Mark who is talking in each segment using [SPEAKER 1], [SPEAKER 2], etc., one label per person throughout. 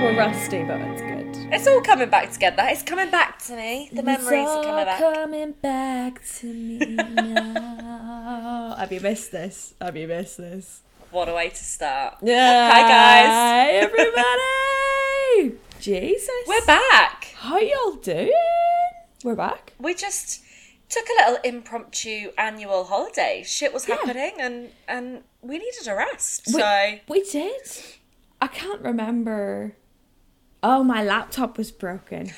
[SPEAKER 1] little rusty, but it's good.
[SPEAKER 2] It's all coming back together. It's coming back to me. The memories are coming back.
[SPEAKER 1] coming back to me now. Have you missed this? Have you missed this?
[SPEAKER 2] What a way to start.
[SPEAKER 1] Yeah.
[SPEAKER 2] Hi, guys.
[SPEAKER 1] Hi everybody. Jesus.
[SPEAKER 2] We're back.
[SPEAKER 1] How y'all doing? We're back.
[SPEAKER 2] We just took a little impromptu annual holiday. Shit was happening and and we needed a rest. So
[SPEAKER 1] We did. I can't remember. Oh, my laptop was broken.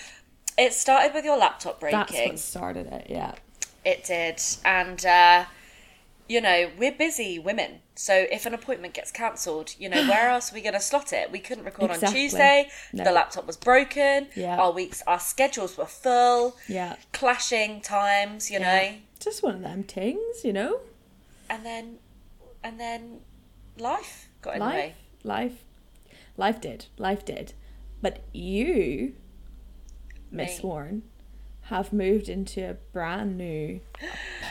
[SPEAKER 2] it started with your laptop
[SPEAKER 1] That's
[SPEAKER 2] breaking.
[SPEAKER 1] what started it. Yeah.
[SPEAKER 2] It did. And uh you know, we're busy women. So if an appointment gets cancelled, you know, where else are we going to slot it? We couldn't record
[SPEAKER 1] Exactly.
[SPEAKER 2] on Tuesday.
[SPEAKER 1] No.
[SPEAKER 2] The laptop was broken.
[SPEAKER 1] Yeah.
[SPEAKER 2] Our weeks, our schedules were full.
[SPEAKER 1] Yeah.
[SPEAKER 2] Clashing times, you know.
[SPEAKER 1] Just one of them things, you know.
[SPEAKER 2] and then and then life got in the
[SPEAKER 1] life
[SPEAKER 2] way.
[SPEAKER 1] life life did life did but you miss
[SPEAKER 2] Me.
[SPEAKER 1] warren have moved into a brand new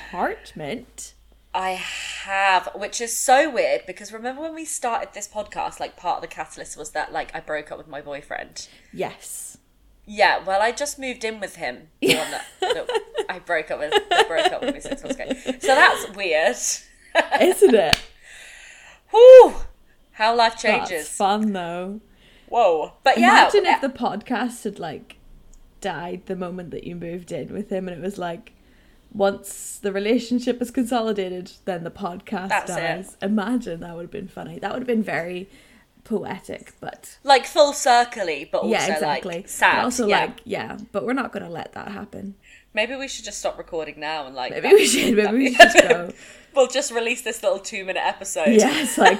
[SPEAKER 1] apartment
[SPEAKER 2] I have, which is so weird because remember when we started this podcast, like part of the catalyst was that like I broke up with my boyfriend.
[SPEAKER 1] yes
[SPEAKER 2] Yeah, well, I just moved in with him. The one that, that I broke up with. That broke up with me six months ago. So that's weird.
[SPEAKER 1] isn't it
[SPEAKER 2] Whew, how life
[SPEAKER 1] that's
[SPEAKER 2] changes.
[SPEAKER 1] fun though
[SPEAKER 2] Whoa, but yeah,
[SPEAKER 1] imagine if the podcast had like died the moment that you moved in with him and it was like once the relationship is consolidated then the podcast
[SPEAKER 2] That's it.
[SPEAKER 1] dies imagine that would have been funny that would have been very poetic but
[SPEAKER 2] like full circly, but also like sad.
[SPEAKER 1] But also
[SPEAKER 2] yeah.
[SPEAKER 1] like yeah, but we're not gonna let that happen.
[SPEAKER 2] maybe we should just stop recording now and like
[SPEAKER 1] Maybe we should. Maybe we should just go.
[SPEAKER 2] we'll just release this little two minute episode.
[SPEAKER 1] Yeah, it's like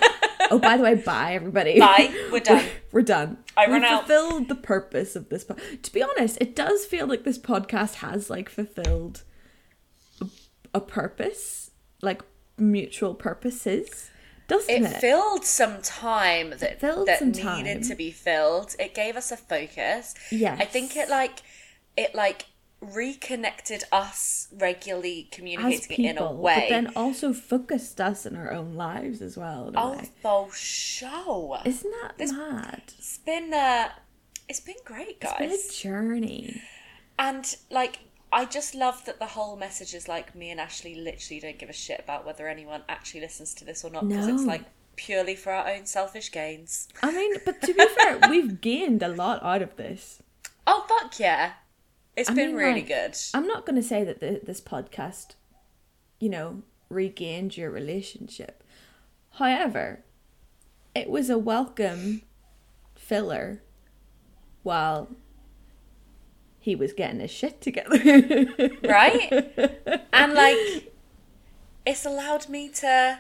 [SPEAKER 1] oh, by the way, bye everybody.
[SPEAKER 2] Bye, we're done.
[SPEAKER 1] We're done.
[SPEAKER 2] I
[SPEAKER 1] We've
[SPEAKER 2] run out.
[SPEAKER 1] Fulfilled the purpose of this. Po- to be honest, it does feel like this podcast has like fulfilled a, a purpose, like mutual purposes, doesn't
[SPEAKER 2] It
[SPEAKER 1] it?
[SPEAKER 2] filled some time that,
[SPEAKER 1] filled
[SPEAKER 2] that
[SPEAKER 1] some
[SPEAKER 2] needed
[SPEAKER 1] time.
[SPEAKER 2] to be filled. It gave us a focus.
[SPEAKER 1] Yes.
[SPEAKER 2] I think it like it like reconnected us regularly
[SPEAKER 1] as
[SPEAKER 2] communicating
[SPEAKER 1] people,
[SPEAKER 2] in a way.
[SPEAKER 1] but then also focused us in our own lives as well. in a
[SPEAKER 2] oh
[SPEAKER 1] way.
[SPEAKER 2] for sure. It's
[SPEAKER 1] Isn't that mad?
[SPEAKER 2] been uh it's been great guys.
[SPEAKER 1] It's been a journey.
[SPEAKER 2] And like I just love that the whole message is like me and Ashley literally don't give a shit about whether anyone actually listens to this or not because it's
[SPEAKER 1] No.
[SPEAKER 2] like purely for our own selfish gains.
[SPEAKER 1] I mean, but to be fair, we've gained a lot out of this.
[SPEAKER 2] Oh fuck yeah. it's been
[SPEAKER 1] mean,
[SPEAKER 2] really
[SPEAKER 1] like,
[SPEAKER 2] good.
[SPEAKER 1] I'm not going to say that the, this podcast, you know, regained your relationship. However, it was a welcome filler while he was getting his shit together.
[SPEAKER 2] right? and like, it's allowed me to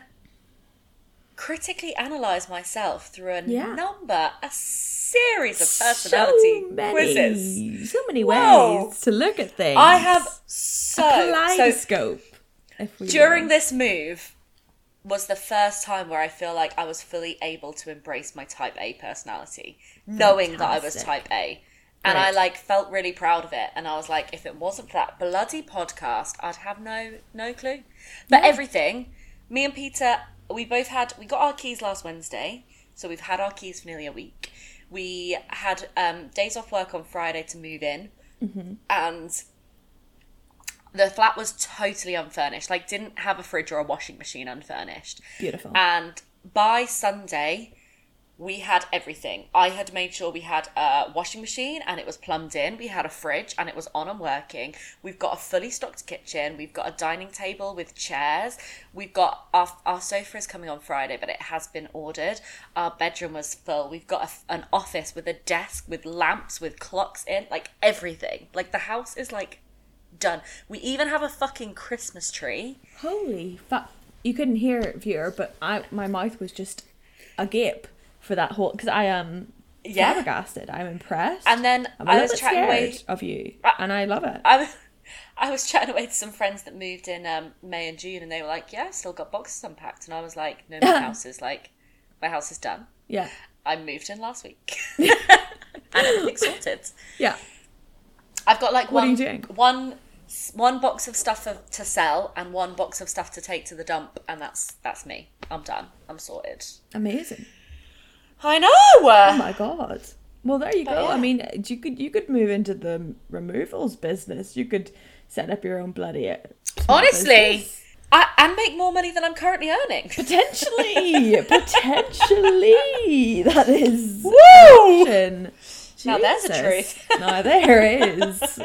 [SPEAKER 2] critically analyze myself through a
[SPEAKER 1] Yeah.
[SPEAKER 2] number, a series of personality
[SPEAKER 1] so many,
[SPEAKER 2] quizzes.
[SPEAKER 1] So many
[SPEAKER 2] Whoa.
[SPEAKER 1] ways to look at things.
[SPEAKER 2] I have uh,
[SPEAKER 1] a
[SPEAKER 2] so so
[SPEAKER 1] kaleidoscope. if we
[SPEAKER 2] during
[SPEAKER 1] will.
[SPEAKER 2] this move was the first time where I feel like I was fully able to embrace my type A personality, knowing that I was
[SPEAKER 1] Fantastic.
[SPEAKER 2] type A. And I
[SPEAKER 1] Great.
[SPEAKER 2] like felt really proud of it, and I was like, if it wasn't for that bloody podcast, I'd have no no clue. But everything, me and Peter, we both had we got our keys last Wednesday, so we've had our keys for nearly a week. We had um, days off work on Friday to move in, and the flat was totally unfurnished like didn't have a fridge or a washing machine unfurnished
[SPEAKER 1] beautiful.
[SPEAKER 2] and by sunday we had everything i had made sure we had a washing machine and it was plumbed in we had a fridge and it was on and working we've got a fully stocked kitchen we've got a dining table with chairs we've got our, our sofa is coming on friday but it has been ordered our bedroom was full we've got a, an office with a desk with lamps with clocks in like everything like the house is like done. We even have a fucking Christmas tree.
[SPEAKER 1] Holy fuck! You couldn't hear it, viewer, but I my mouth was just agape for that whole because I am
[SPEAKER 2] Yeah.
[SPEAKER 1] flabbergasted. I'm impressed.
[SPEAKER 2] And then
[SPEAKER 1] I'm a
[SPEAKER 2] I
[SPEAKER 1] little
[SPEAKER 2] was
[SPEAKER 1] bit
[SPEAKER 2] chatting
[SPEAKER 1] scared
[SPEAKER 2] away.
[SPEAKER 1] of you,
[SPEAKER 2] Uh,
[SPEAKER 1] and I love it.
[SPEAKER 2] I was, I was chatting away to some friends that moved in um, May and June, and they were like, "Yeah, I've still got boxes unpacked," and I was like, "No, my house is like, my house is done.
[SPEAKER 1] yeah,
[SPEAKER 2] I moved in last week, and everything's sorted.
[SPEAKER 1] yeah.
[SPEAKER 2] I've got like
[SPEAKER 1] What are
[SPEAKER 2] one,
[SPEAKER 1] you doing?
[SPEAKER 2] one, one box of stuff of, to sell and one box of stuff to take to the dump, and that's that's me. I'm done. I'm sorted.
[SPEAKER 1] Amazing.
[SPEAKER 2] I know.
[SPEAKER 1] Oh my god. Well, there you
[SPEAKER 2] But
[SPEAKER 1] go. I
[SPEAKER 2] yeah.
[SPEAKER 1] mean, you could you could move into the removals business. You could set up your own bloody uh, small
[SPEAKER 2] Honestly,
[SPEAKER 1] business.
[SPEAKER 2] I, and make more money than I'm currently earning.
[SPEAKER 1] potentially, potentially, that is
[SPEAKER 2] Woo!
[SPEAKER 1] option.
[SPEAKER 2] Now there's the
[SPEAKER 1] Jesus. now there is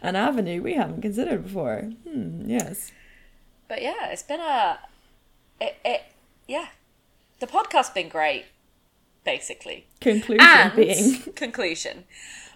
[SPEAKER 1] an avenue we haven't considered before. Hmm, yes.
[SPEAKER 2] But yeah, it's been a, it, it yeah, the podcast's been great, basically.
[SPEAKER 1] Conclusion
[SPEAKER 2] and um,
[SPEAKER 1] being
[SPEAKER 2] conclusion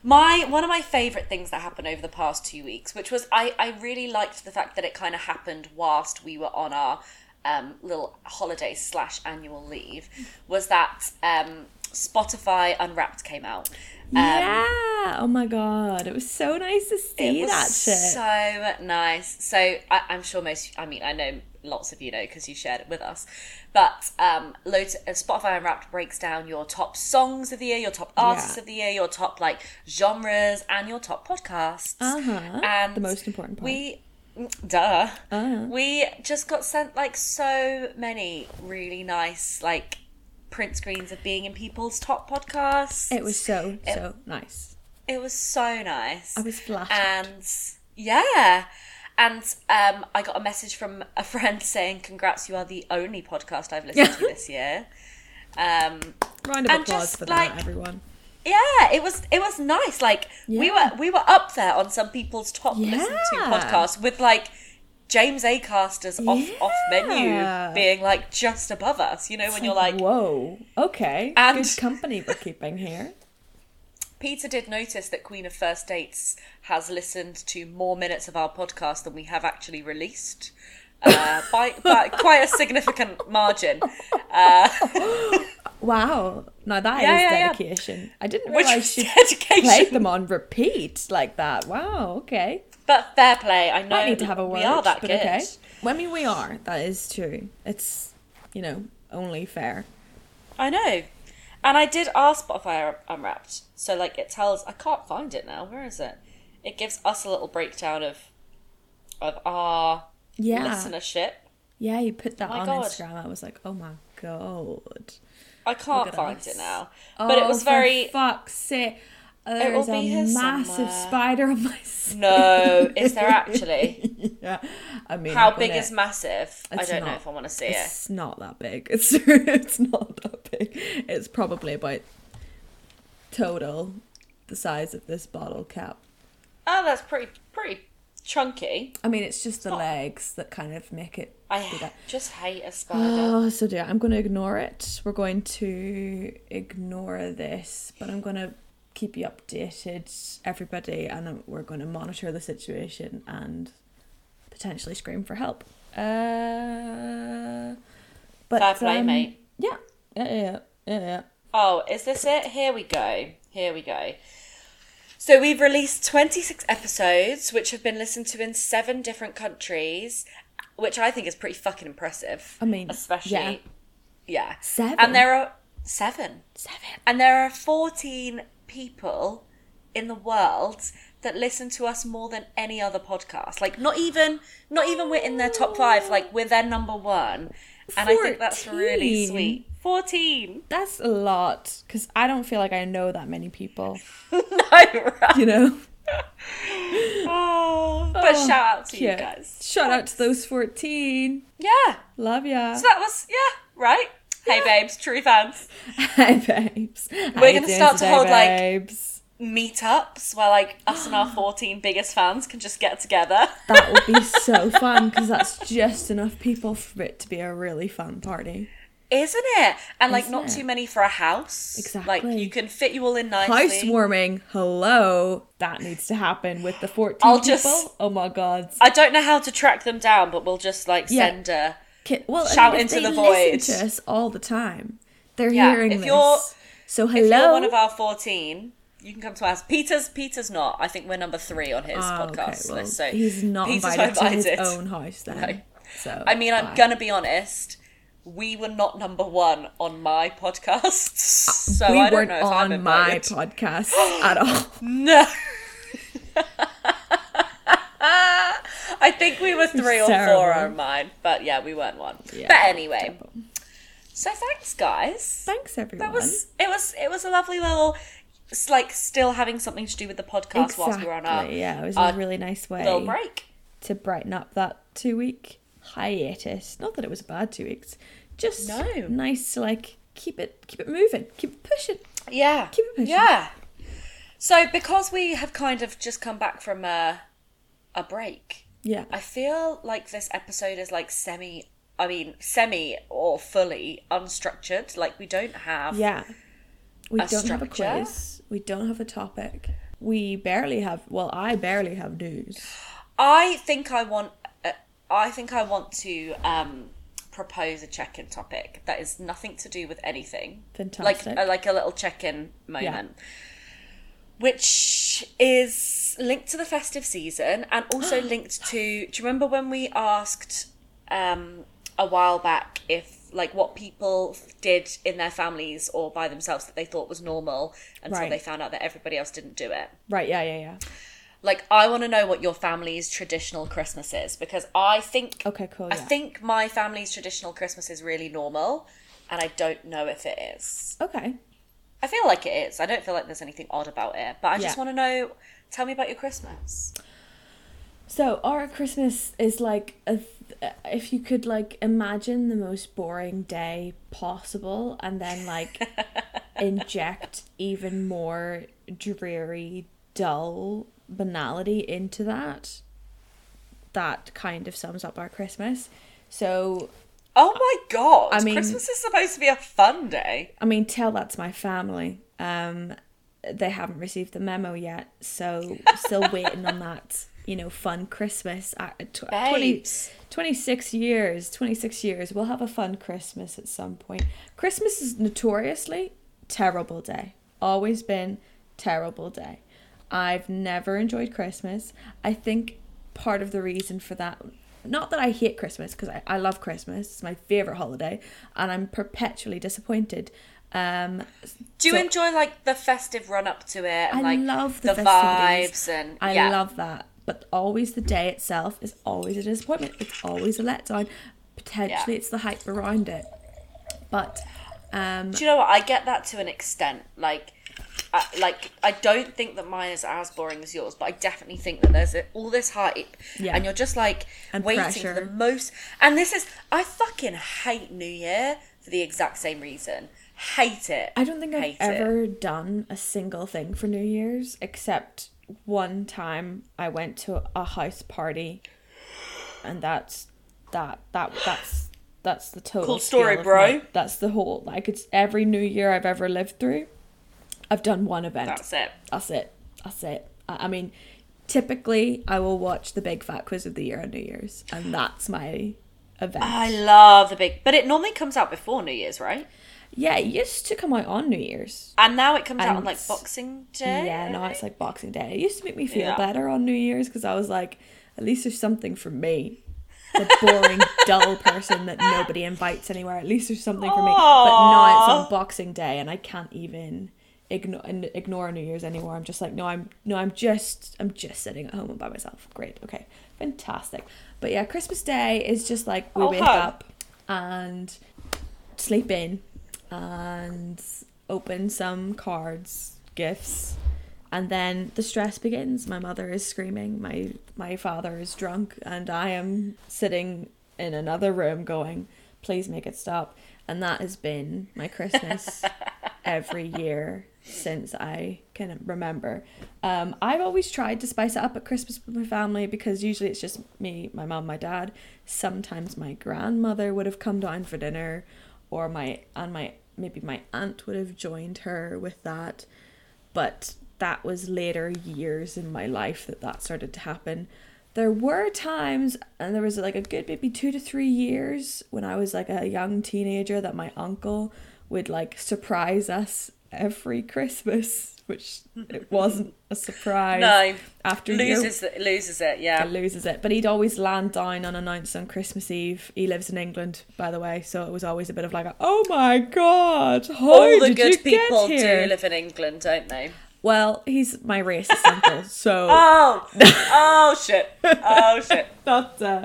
[SPEAKER 2] my one of my favorite things that happened over the past two weeks which was i i really liked the fact that it kind of happened whilst we were on our um, little holiday slash annual leave was that um spotify unwrapped came out um,
[SPEAKER 1] yeah. Oh my god, it was so nice to
[SPEAKER 2] it
[SPEAKER 1] see
[SPEAKER 2] was
[SPEAKER 1] that shit.
[SPEAKER 2] so nice so I, i'm sure most i mean i know lots of you know because you shared it with us but um loads uh, spotify unwrapped breaks down your top songs of the year your top artists of the year your top like genres and your top podcasts
[SPEAKER 1] Uh-huh.
[SPEAKER 2] and
[SPEAKER 1] The most important part.
[SPEAKER 2] we duh
[SPEAKER 1] Uh-huh.
[SPEAKER 2] we just got sent like so many really nice like print screens of being in people's top podcasts
[SPEAKER 1] it was so so nice.
[SPEAKER 2] it was so nice
[SPEAKER 1] I was flattered.
[SPEAKER 2] and yeah and um, i got a message from a friend saying congrats you are the only podcast i've listened to this year um,
[SPEAKER 1] Round of
[SPEAKER 2] and
[SPEAKER 1] applause
[SPEAKER 2] just,
[SPEAKER 1] for that,
[SPEAKER 2] like,
[SPEAKER 1] everyone.
[SPEAKER 2] yeah it was it was nice like we
[SPEAKER 1] Yeah.
[SPEAKER 2] were we were up there on some people's top listened to
[SPEAKER 1] Yeah.
[SPEAKER 2] podcasts with like james acaster's off off
[SPEAKER 1] Yeah.
[SPEAKER 2] menu being like just above us you know when you're like
[SPEAKER 1] whoa, okay,
[SPEAKER 2] And-
[SPEAKER 1] good company we're keeping here.
[SPEAKER 2] Peter did notice that Queen of First Dates has listened to more minutes of our podcast than we have actually released. Uh, by, by quite a significant margin, uh,
[SPEAKER 1] Wow, now that is
[SPEAKER 2] Yeah, yeah, yeah.
[SPEAKER 1] dedication. I didn't
[SPEAKER 2] which
[SPEAKER 1] realize
[SPEAKER 2] was
[SPEAKER 1] she
[SPEAKER 2] dedication.
[SPEAKER 1] played them on repeat like that. Wow, okay.
[SPEAKER 2] But fair play, I know
[SPEAKER 1] I need to have a word.
[SPEAKER 2] Um, we are that
[SPEAKER 1] but
[SPEAKER 2] good.
[SPEAKER 1] Okay. Well, I mean, we are. That is true. It's you know only fair.
[SPEAKER 2] I know, and I did ask Spotify Unwrapped, so like it tells. I can't find it now. Where is it? It gives us a little breakdown of of our
[SPEAKER 1] Yeah,
[SPEAKER 2] listenership.
[SPEAKER 1] yeah. You put that
[SPEAKER 2] Oh my
[SPEAKER 1] on
[SPEAKER 2] God.
[SPEAKER 1] Instagram. I was like, oh my god.
[SPEAKER 2] I can't
[SPEAKER 1] at
[SPEAKER 2] find
[SPEAKER 1] us.
[SPEAKER 2] it now, but it
[SPEAKER 1] Oh,
[SPEAKER 2] was
[SPEAKER 1] for
[SPEAKER 2] very
[SPEAKER 1] fuck's sake.
[SPEAKER 2] It will
[SPEAKER 1] There's
[SPEAKER 2] be
[SPEAKER 1] a
[SPEAKER 2] here
[SPEAKER 1] massive
[SPEAKER 2] somewhere.
[SPEAKER 1] spider on my. s-
[SPEAKER 2] No, is there actually?
[SPEAKER 1] yeah, I mean,
[SPEAKER 2] How
[SPEAKER 1] I'm
[SPEAKER 2] big
[SPEAKER 1] gonna-
[SPEAKER 2] is massive? I
[SPEAKER 1] It's
[SPEAKER 2] don't know
[SPEAKER 1] not.
[SPEAKER 2] if I want to see it.
[SPEAKER 1] It's not that big. It's it's not that big. It's probably about total the size of this bottle cap.
[SPEAKER 2] Oh, that's pretty pretty chunky.
[SPEAKER 1] I mean, it's just the legs that kind of make it. do
[SPEAKER 2] I
[SPEAKER 1] that.
[SPEAKER 2] just hate a spider.
[SPEAKER 1] Oh, so dear. I'm going to ignore it. We're going to ignore this, but I'm going to keep you updated, everybody, and um, we're going to monitor the situation and potentially scream for help. Uh, but
[SPEAKER 2] Fair play,
[SPEAKER 1] um,
[SPEAKER 2] mate.
[SPEAKER 1] Yeah, yeah, yeah, yeah, yeah.
[SPEAKER 2] Oh, is this it? Here we go. Here we go. So we've released 26 episodes which have been listened to in 7 different countries, which I think is pretty fucking impressive.
[SPEAKER 1] I mean, Um, yeah.
[SPEAKER 2] especially yeah.
[SPEAKER 1] Seven?
[SPEAKER 2] And there are 7.
[SPEAKER 1] Seven.
[SPEAKER 2] And there are 14 people in the world that listen to us more than any other podcast. Like not even not even we're in their top 5, like we're their number 1. And I think that's really
[SPEAKER 1] 14.
[SPEAKER 2] sweet. 14.
[SPEAKER 1] That's a lot because I don't feel like I know that many people.
[SPEAKER 2] no. Right. Oh,
[SPEAKER 1] You know. Oh,
[SPEAKER 2] But shout out to you
[SPEAKER 1] Cute.
[SPEAKER 2] guys.
[SPEAKER 1] Shout out to those fourteen.
[SPEAKER 2] Yeah.
[SPEAKER 1] Love ya.
[SPEAKER 2] So that was yeah, right? Hey babes, true fans.
[SPEAKER 1] Hi babes.
[SPEAKER 2] We're gonna start to hold, like-
[SPEAKER 1] babes?
[SPEAKER 2] Meetups where like us and our 14 biggest fans can just get together.
[SPEAKER 1] That would be so fun because that's just enough people for it to be a really fun party.
[SPEAKER 2] Isn't it? And like
[SPEAKER 1] Isn't
[SPEAKER 2] not
[SPEAKER 1] it?
[SPEAKER 2] too many for a house. Like
[SPEAKER 1] Exactly.
[SPEAKER 2] you can fit you all in nicely.
[SPEAKER 1] Housewarming, hello. That needs to happen with the 14
[SPEAKER 2] I'll
[SPEAKER 1] people.
[SPEAKER 2] just-
[SPEAKER 1] Oh my god.
[SPEAKER 2] I don't know how to track them down, but we'll just like
[SPEAKER 1] Yeah.
[SPEAKER 2] send a
[SPEAKER 1] Ki- well, I
[SPEAKER 2] Shout
[SPEAKER 1] mean, if
[SPEAKER 2] into
[SPEAKER 1] they
[SPEAKER 2] the
[SPEAKER 1] listen
[SPEAKER 2] void.
[SPEAKER 1] to us all the time. They're
[SPEAKER 2] Yeah,
[SPEAKER 1] hearing
[SPEAKER 2] if
[SPEAKER 1] this.
[SPEAKER 2] you're-
[SPEAKER 1] so hello.
[SPEAKER 2] if you're one of our fourteen, you can come to us. Peter's Peter's not. I think we're number three on his
[SPEAKER 1] Ah, okay,
[SPEAKER 2] podcast
[SPEAKER 1] well,
[SPEAKER 2] list. So
[SPEAKER 1] he's not
[SPEAKER 2] Peter's
[SPEAKER 1] invited to
[SPEAKER 2] not
[SPEAKER 1] his
[SPEAKER 2] invited.
[SPEAKER 1] own house then.
[SPEAKER 2] No.
[SPEAKER 1] So
[SPEAKER 2] I mean, I'm
[SPEAKER 1] bye.
[SPEAKER 2] gonna be honest. We were not number one on my podcast, so
[SPEAKER 1] we
[SPEAKER 2] I don't
[SPEAKER 1] weren't
[SPEAKER 2] know if
[SPEAKER 1] on
[SPEAKER 2] I'm
[SPEAKER 1] my
[SPEAKER 2] invited.
[SPEAKER 1] podcast at all.
[SPEAKER 2] no. I think we were three or four
[SPEAKER 1] Terrible.
[SPEAKER 2] on mine, but yeah, we weren't one.
[SPEAKER 1] Yeah,
[SPEAKER 2] but anyway,
[SPEAKER 1] terrible.
[SPEAKER 2] so thanks, guys.
[SPEAKER 1] thanks everyone.
[SPEAKER 2] That was it was it was a lovely little it's like still having something to do with the podcast whilst we were on our
[SPEAKER 1] Exactly, yeah, it was
[SPEAKER 2] our
[SPEAKER 1] a really nice way
[SPEAKER 2] little break.
[SPEAKER 1] to brighten up that two week hiatus. Not that it was a bad two weeks, just
[SPEAKER 2] No.
[SPEAKER 1] nice to like keep it keep it moving, keep it pushing.
[SPEAKER 2] Yeah.
[SPEAKER 1] Keep it pushing.
[SPEAKER 2] Yeah. So because we have kind of just come back from a a break,
[SPEAKER 1] Yeah,
[SPEAKER 2] I feel like this episode is like semi I mean semi or fully unstructured. Like we don't have
[SPEAKER 1] yeah. We
[SPEAKER 2] A
[SPEAKER 1] don't have a
[SPEAKER 2] structure?
[SPEAKER 1] quiz. We don't have a topic. We barely have. Well, I barely have news.
[SPEAKER 2] I think I want uh, I think I want to um propose a check-in topic that is nothing to do with anything. Like
[SPEAKER 1] Fantastic.
[SPEAKER 2] uh, like a little check-in moment. Which is linked to the festive season and also linked to do you remember when we asked um a while back if like what people did in their families or by themselves that they thought was normal until
[SPEAKER 1] Right.
[SPEAKER 2] they found out that everybody else didn't do it.
[SPEAKER 1] Right? Yeah, yeah, yeah.
[SPEAKER 2] Like I want to know what your family's traditional Christmas is because I think
[SPEAKER 1] Okay, cool.
[SPEAKER 2] I
[SPEAKER 1] yeah.
[SPEAKER 2] think my family's traditional Christmas is really normal, and I don't know if it is.
[SPEAKER 1] okay.
[SPEAKER 2] I feel like it is. I don't feel like there's anything odd about it, but I
[SPEAKER 1] Yeah.
[SPEAKER 2] just want to know. Tell me about your Christmas.
[SPEAKER 1] So our Christmas is like a th- uh, if you could like imagine the most boring day possible, and then like inject even more dreary, dull banality into that. That kind of sums up our Christmas. So
[SPEAKER 2] Oh my god!
[SPEAKER 1] I mean-
[SPEAKER 2] Christmas is supposed to be a fun day.
[SPEAKER 1] I mean, tell that's my family. Um, they haven't received the memo yet, so still waiting on that. You know, fun Christmas. Uh, tw- 20,
[SPEAKER 2] Babes.
[SPEAKER 1] 26 years, 26 years. We'll have a fun Christmas at some point. Christmas is notoriously terrible day. Always been terrible day. I've never enjoyed Christmas. I think part of the reason for that, not that I hate Christmas, because I, I love Christmas. It's my favorite holiday, and I'm perpetually disappointed. Um,
[SPEAKER 2] Do you
[SPEAKER 1] So-
[SPEAKER 2] enjoy like the festive run up to it and
[SPEAKER 1] I
[SPEAKER 2] like
[SPEAKER 1] love the,
[SPEAKER 2] the,
[SPEAKER 1] festivities.
[SPEAKER 2] vibes and
[SPEAKER 1] I
[SPEAKER 2] yeah,
[SPEAKER 1] love that. But always the day itself is always a disappointment. It's always a letdown. Potentially,
[SPEAKER 2] Yeah.
[SPEAKER 1] it's the hype around it. But um,
[SPEAKER 2] Do you know what? I get that to an extent. Like, I, like I don't think that mine is as boring as yours, but I definitely think that there's a, all this hype,
[SPEAKER 1] Yeah.
[SPEAKER 2] and you're just like
[SPEAKER 1] And
[SPEAKER 2] waiting for
[SPEAKER 1] pressure.
[SPEAKER 2] the most. And this is, I fucking hate New Year for the exact same reason. Hate it.
[SPEAKER 1] I don't think I've
[SPEAKER 2] Hate it.
[SPEAKER 1] ever done a single thing for New Year's except one time I went to a house party, and that's that that that's that's the total
[SPEAKER 2] Cool
[SPEAKER 1] scale
[SPEAKER 2] story,
[SPEAKER 1] of
[SPEAKER 2] bro.
[SPEAKER 1] my- that's the whole like it's every New Year I've ever lived through. I've done one event.
[SPEAKER 2] That's it.
[SPEAKER 1] That's it. That's it. I, I mean, typically I will watch the Big Fat Quiz of the Year on New Year's, and that's my event.
[SPEAKER 2] I love the big, but it normally comes out before New Year's, right?
[SPEAKER 1] yeah, it used to come out on New Year's.
[SPEAKER 2] And now it comes out on
[SPEAKER 1] And-
[SPEAKER 2] like Boxing Day.
[SPEAKER 1] Yeah, now it's like Boxing Day. It used to make me feel
[SPEAKER 2] Yeah.
[SPEAKER 1] better on New Year's because I was like, at least there's something for me. The boring, dull person that nobody invites anywhere. At least there's something for me. But now it's on
[SPEAKER 2] Aw.
[SPEAKER 1] Boxing Day, and I can't even ignore ignore New Year's anymore. I'm just like, no, I'm no, I'm just I'm just sitting at home and by myself. Great, okay, fantastic. But yeah, Christmas Day is just like we
[SPEAKER 2] Oh,
[SPEAKER 1] wake
[SPEAKER 2] hug.
[SPEAKER 1] up and sleep in and open some cards, gifts, and then the stress begins. My mother is screaming, my my father is drunk, and I am sitting in another room going, please make it stop. And that has been my Christmas every year since I can remember. Um, I've always tried to spice it up at Christmas with my family because usually it's just me, my mum, my dad. Sometimes my grandmother would have come down for dinner, or my and my maybe my aunt would have joined her with that but that was later years in my life that that started to happen. There were times, and there was like a good maybe two to three years when I was like a young teenager that my uncle would like surprise us every Christmas, which it wasn't a surprise.
[SPEAKER 2] No.
[SPEAKER 1] after year
[SPEAKER 2] Loses it, loses it, yeah.
[SPEAKER 1] and loses it. But he'd always land down unannounced on Christmas Eve. He lives in England, by the way, so it was always a bit of like, a, "Oh my god, how
[SPEAKER 2] All the
[SPEAKER 1] did you get
[SPEAKER 2] good people
[SPEAKER 1] here?"
[SPEAKER 2] do live in England, don't they?
[SPEAKER 1] Well, he's my racist uncle, so
[SPEAKER 2] Oh, oh shit, oh shit.
[SPEAKER 1] not uh,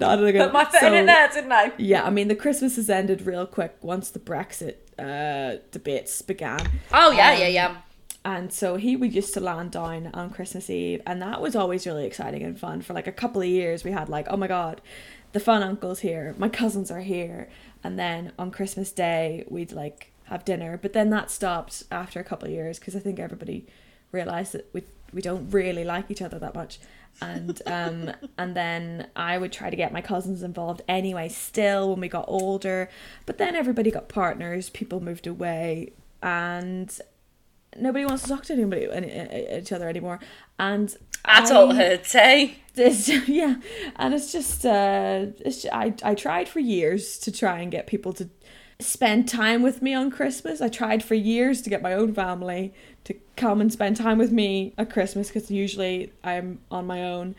[SPEAKER 1] not a good.
[SPEAKER 2] Put my foot
[SPEAKER 1] so,
[SPEAKER 2] in there, didn't I?
[SPEAKER 1] Yeah, I mean the Christmas has ended real quick once the Brexit uh, debates began.
[SPEAKER 2] Oh yeah, yeah, yeah.
[SPEAKER 1] And so he would used to land down on Christmas Eve, and that was always really exciting and fun. For like a couple of years, we had like, oh my god, the fun uncle's here, my cousins are here, and then on Christmas Day we'd like have dinner. But then that stopped after a couple of years because I think everybody realised that we we don't really like each other that much. And um and then I would try to get my cousins involved anyway still when we got older. But then everybody got partners, people moved away and nobody wants to talk to anybody any, e, each other anymore. And
[SPEAKER 2] Um, Adulthood, eh?
[SPEAKER 1] it's yeah and it's just uh it's ju- I, I tried for years to try and get people to spend time with me on christmas i tried for years to get my own family to come and spend time with me at christmas because usually i'm on my own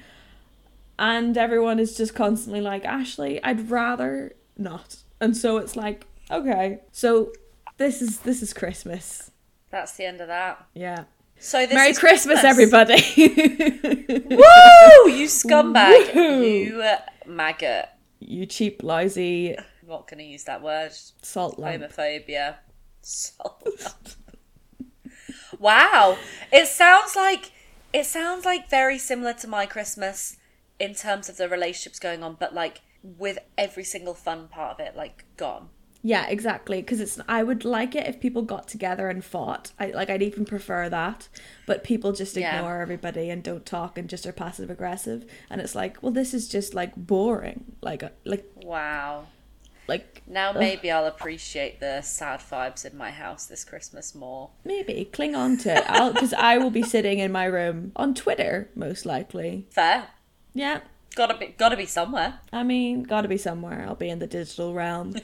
[SPEAKER 1] and everyone is just constantly like ashley i'd rather not and so it's like okay so this is this is christmas
[SPEAKER 2] That's the end of that.
[SPEAKER 1] yeah
[SPEAKER 2] So this
[SPEAKER 1] merry
[SPEAKER 2] is
[SPEAKER 1] christmas, everybody
[SPEAKER 2] Woo! You scumbag.
[SPEAKER 1] Woo!
[SPEAKER 2] You uh, maggot.
[SPEAKER 1] you cheap lousy
[SPEAKER 2] I'm not going to use that word.
[SPEAKER 1] salt lamp
[SPEAKER 2] Homophobia. So- wow. It sounds like it sounds like very similar to my Christmas in terms of the relationships going on, but like with every single fun part of it like gone.
[SPEAKER 1] Yeah, exactly. Because it's I would like it if people got together and fought. I like I'd even prefer that, but people just
[SPEAKER 2] Yeah.
[SPEAKER 1] ignore everybody and don't talk and just are passive aggressive. And it's like, well, this is just like boring. Like uh, like
[SPEAKER 2] Wow.
[SPEAKER 1] like
[SPEAKER 2] Now
[SPEAKER 1] Ugh.
[SPEAKER 2] maybe I'll appreciate the sad vibes in my house this Christmas more.
[SPEAKER 1] maybe cling on to it. I'll because I will be sitting in my room on Twitter most likely.
[SPEAKER 2] Fair.
[SPEAKER 1] Yeah,
[SPEAKER 2] Gotta be gotta be somewhere.
[SPEAKER 1] I mean, gotta be somewhere. I'll be in the digital realm.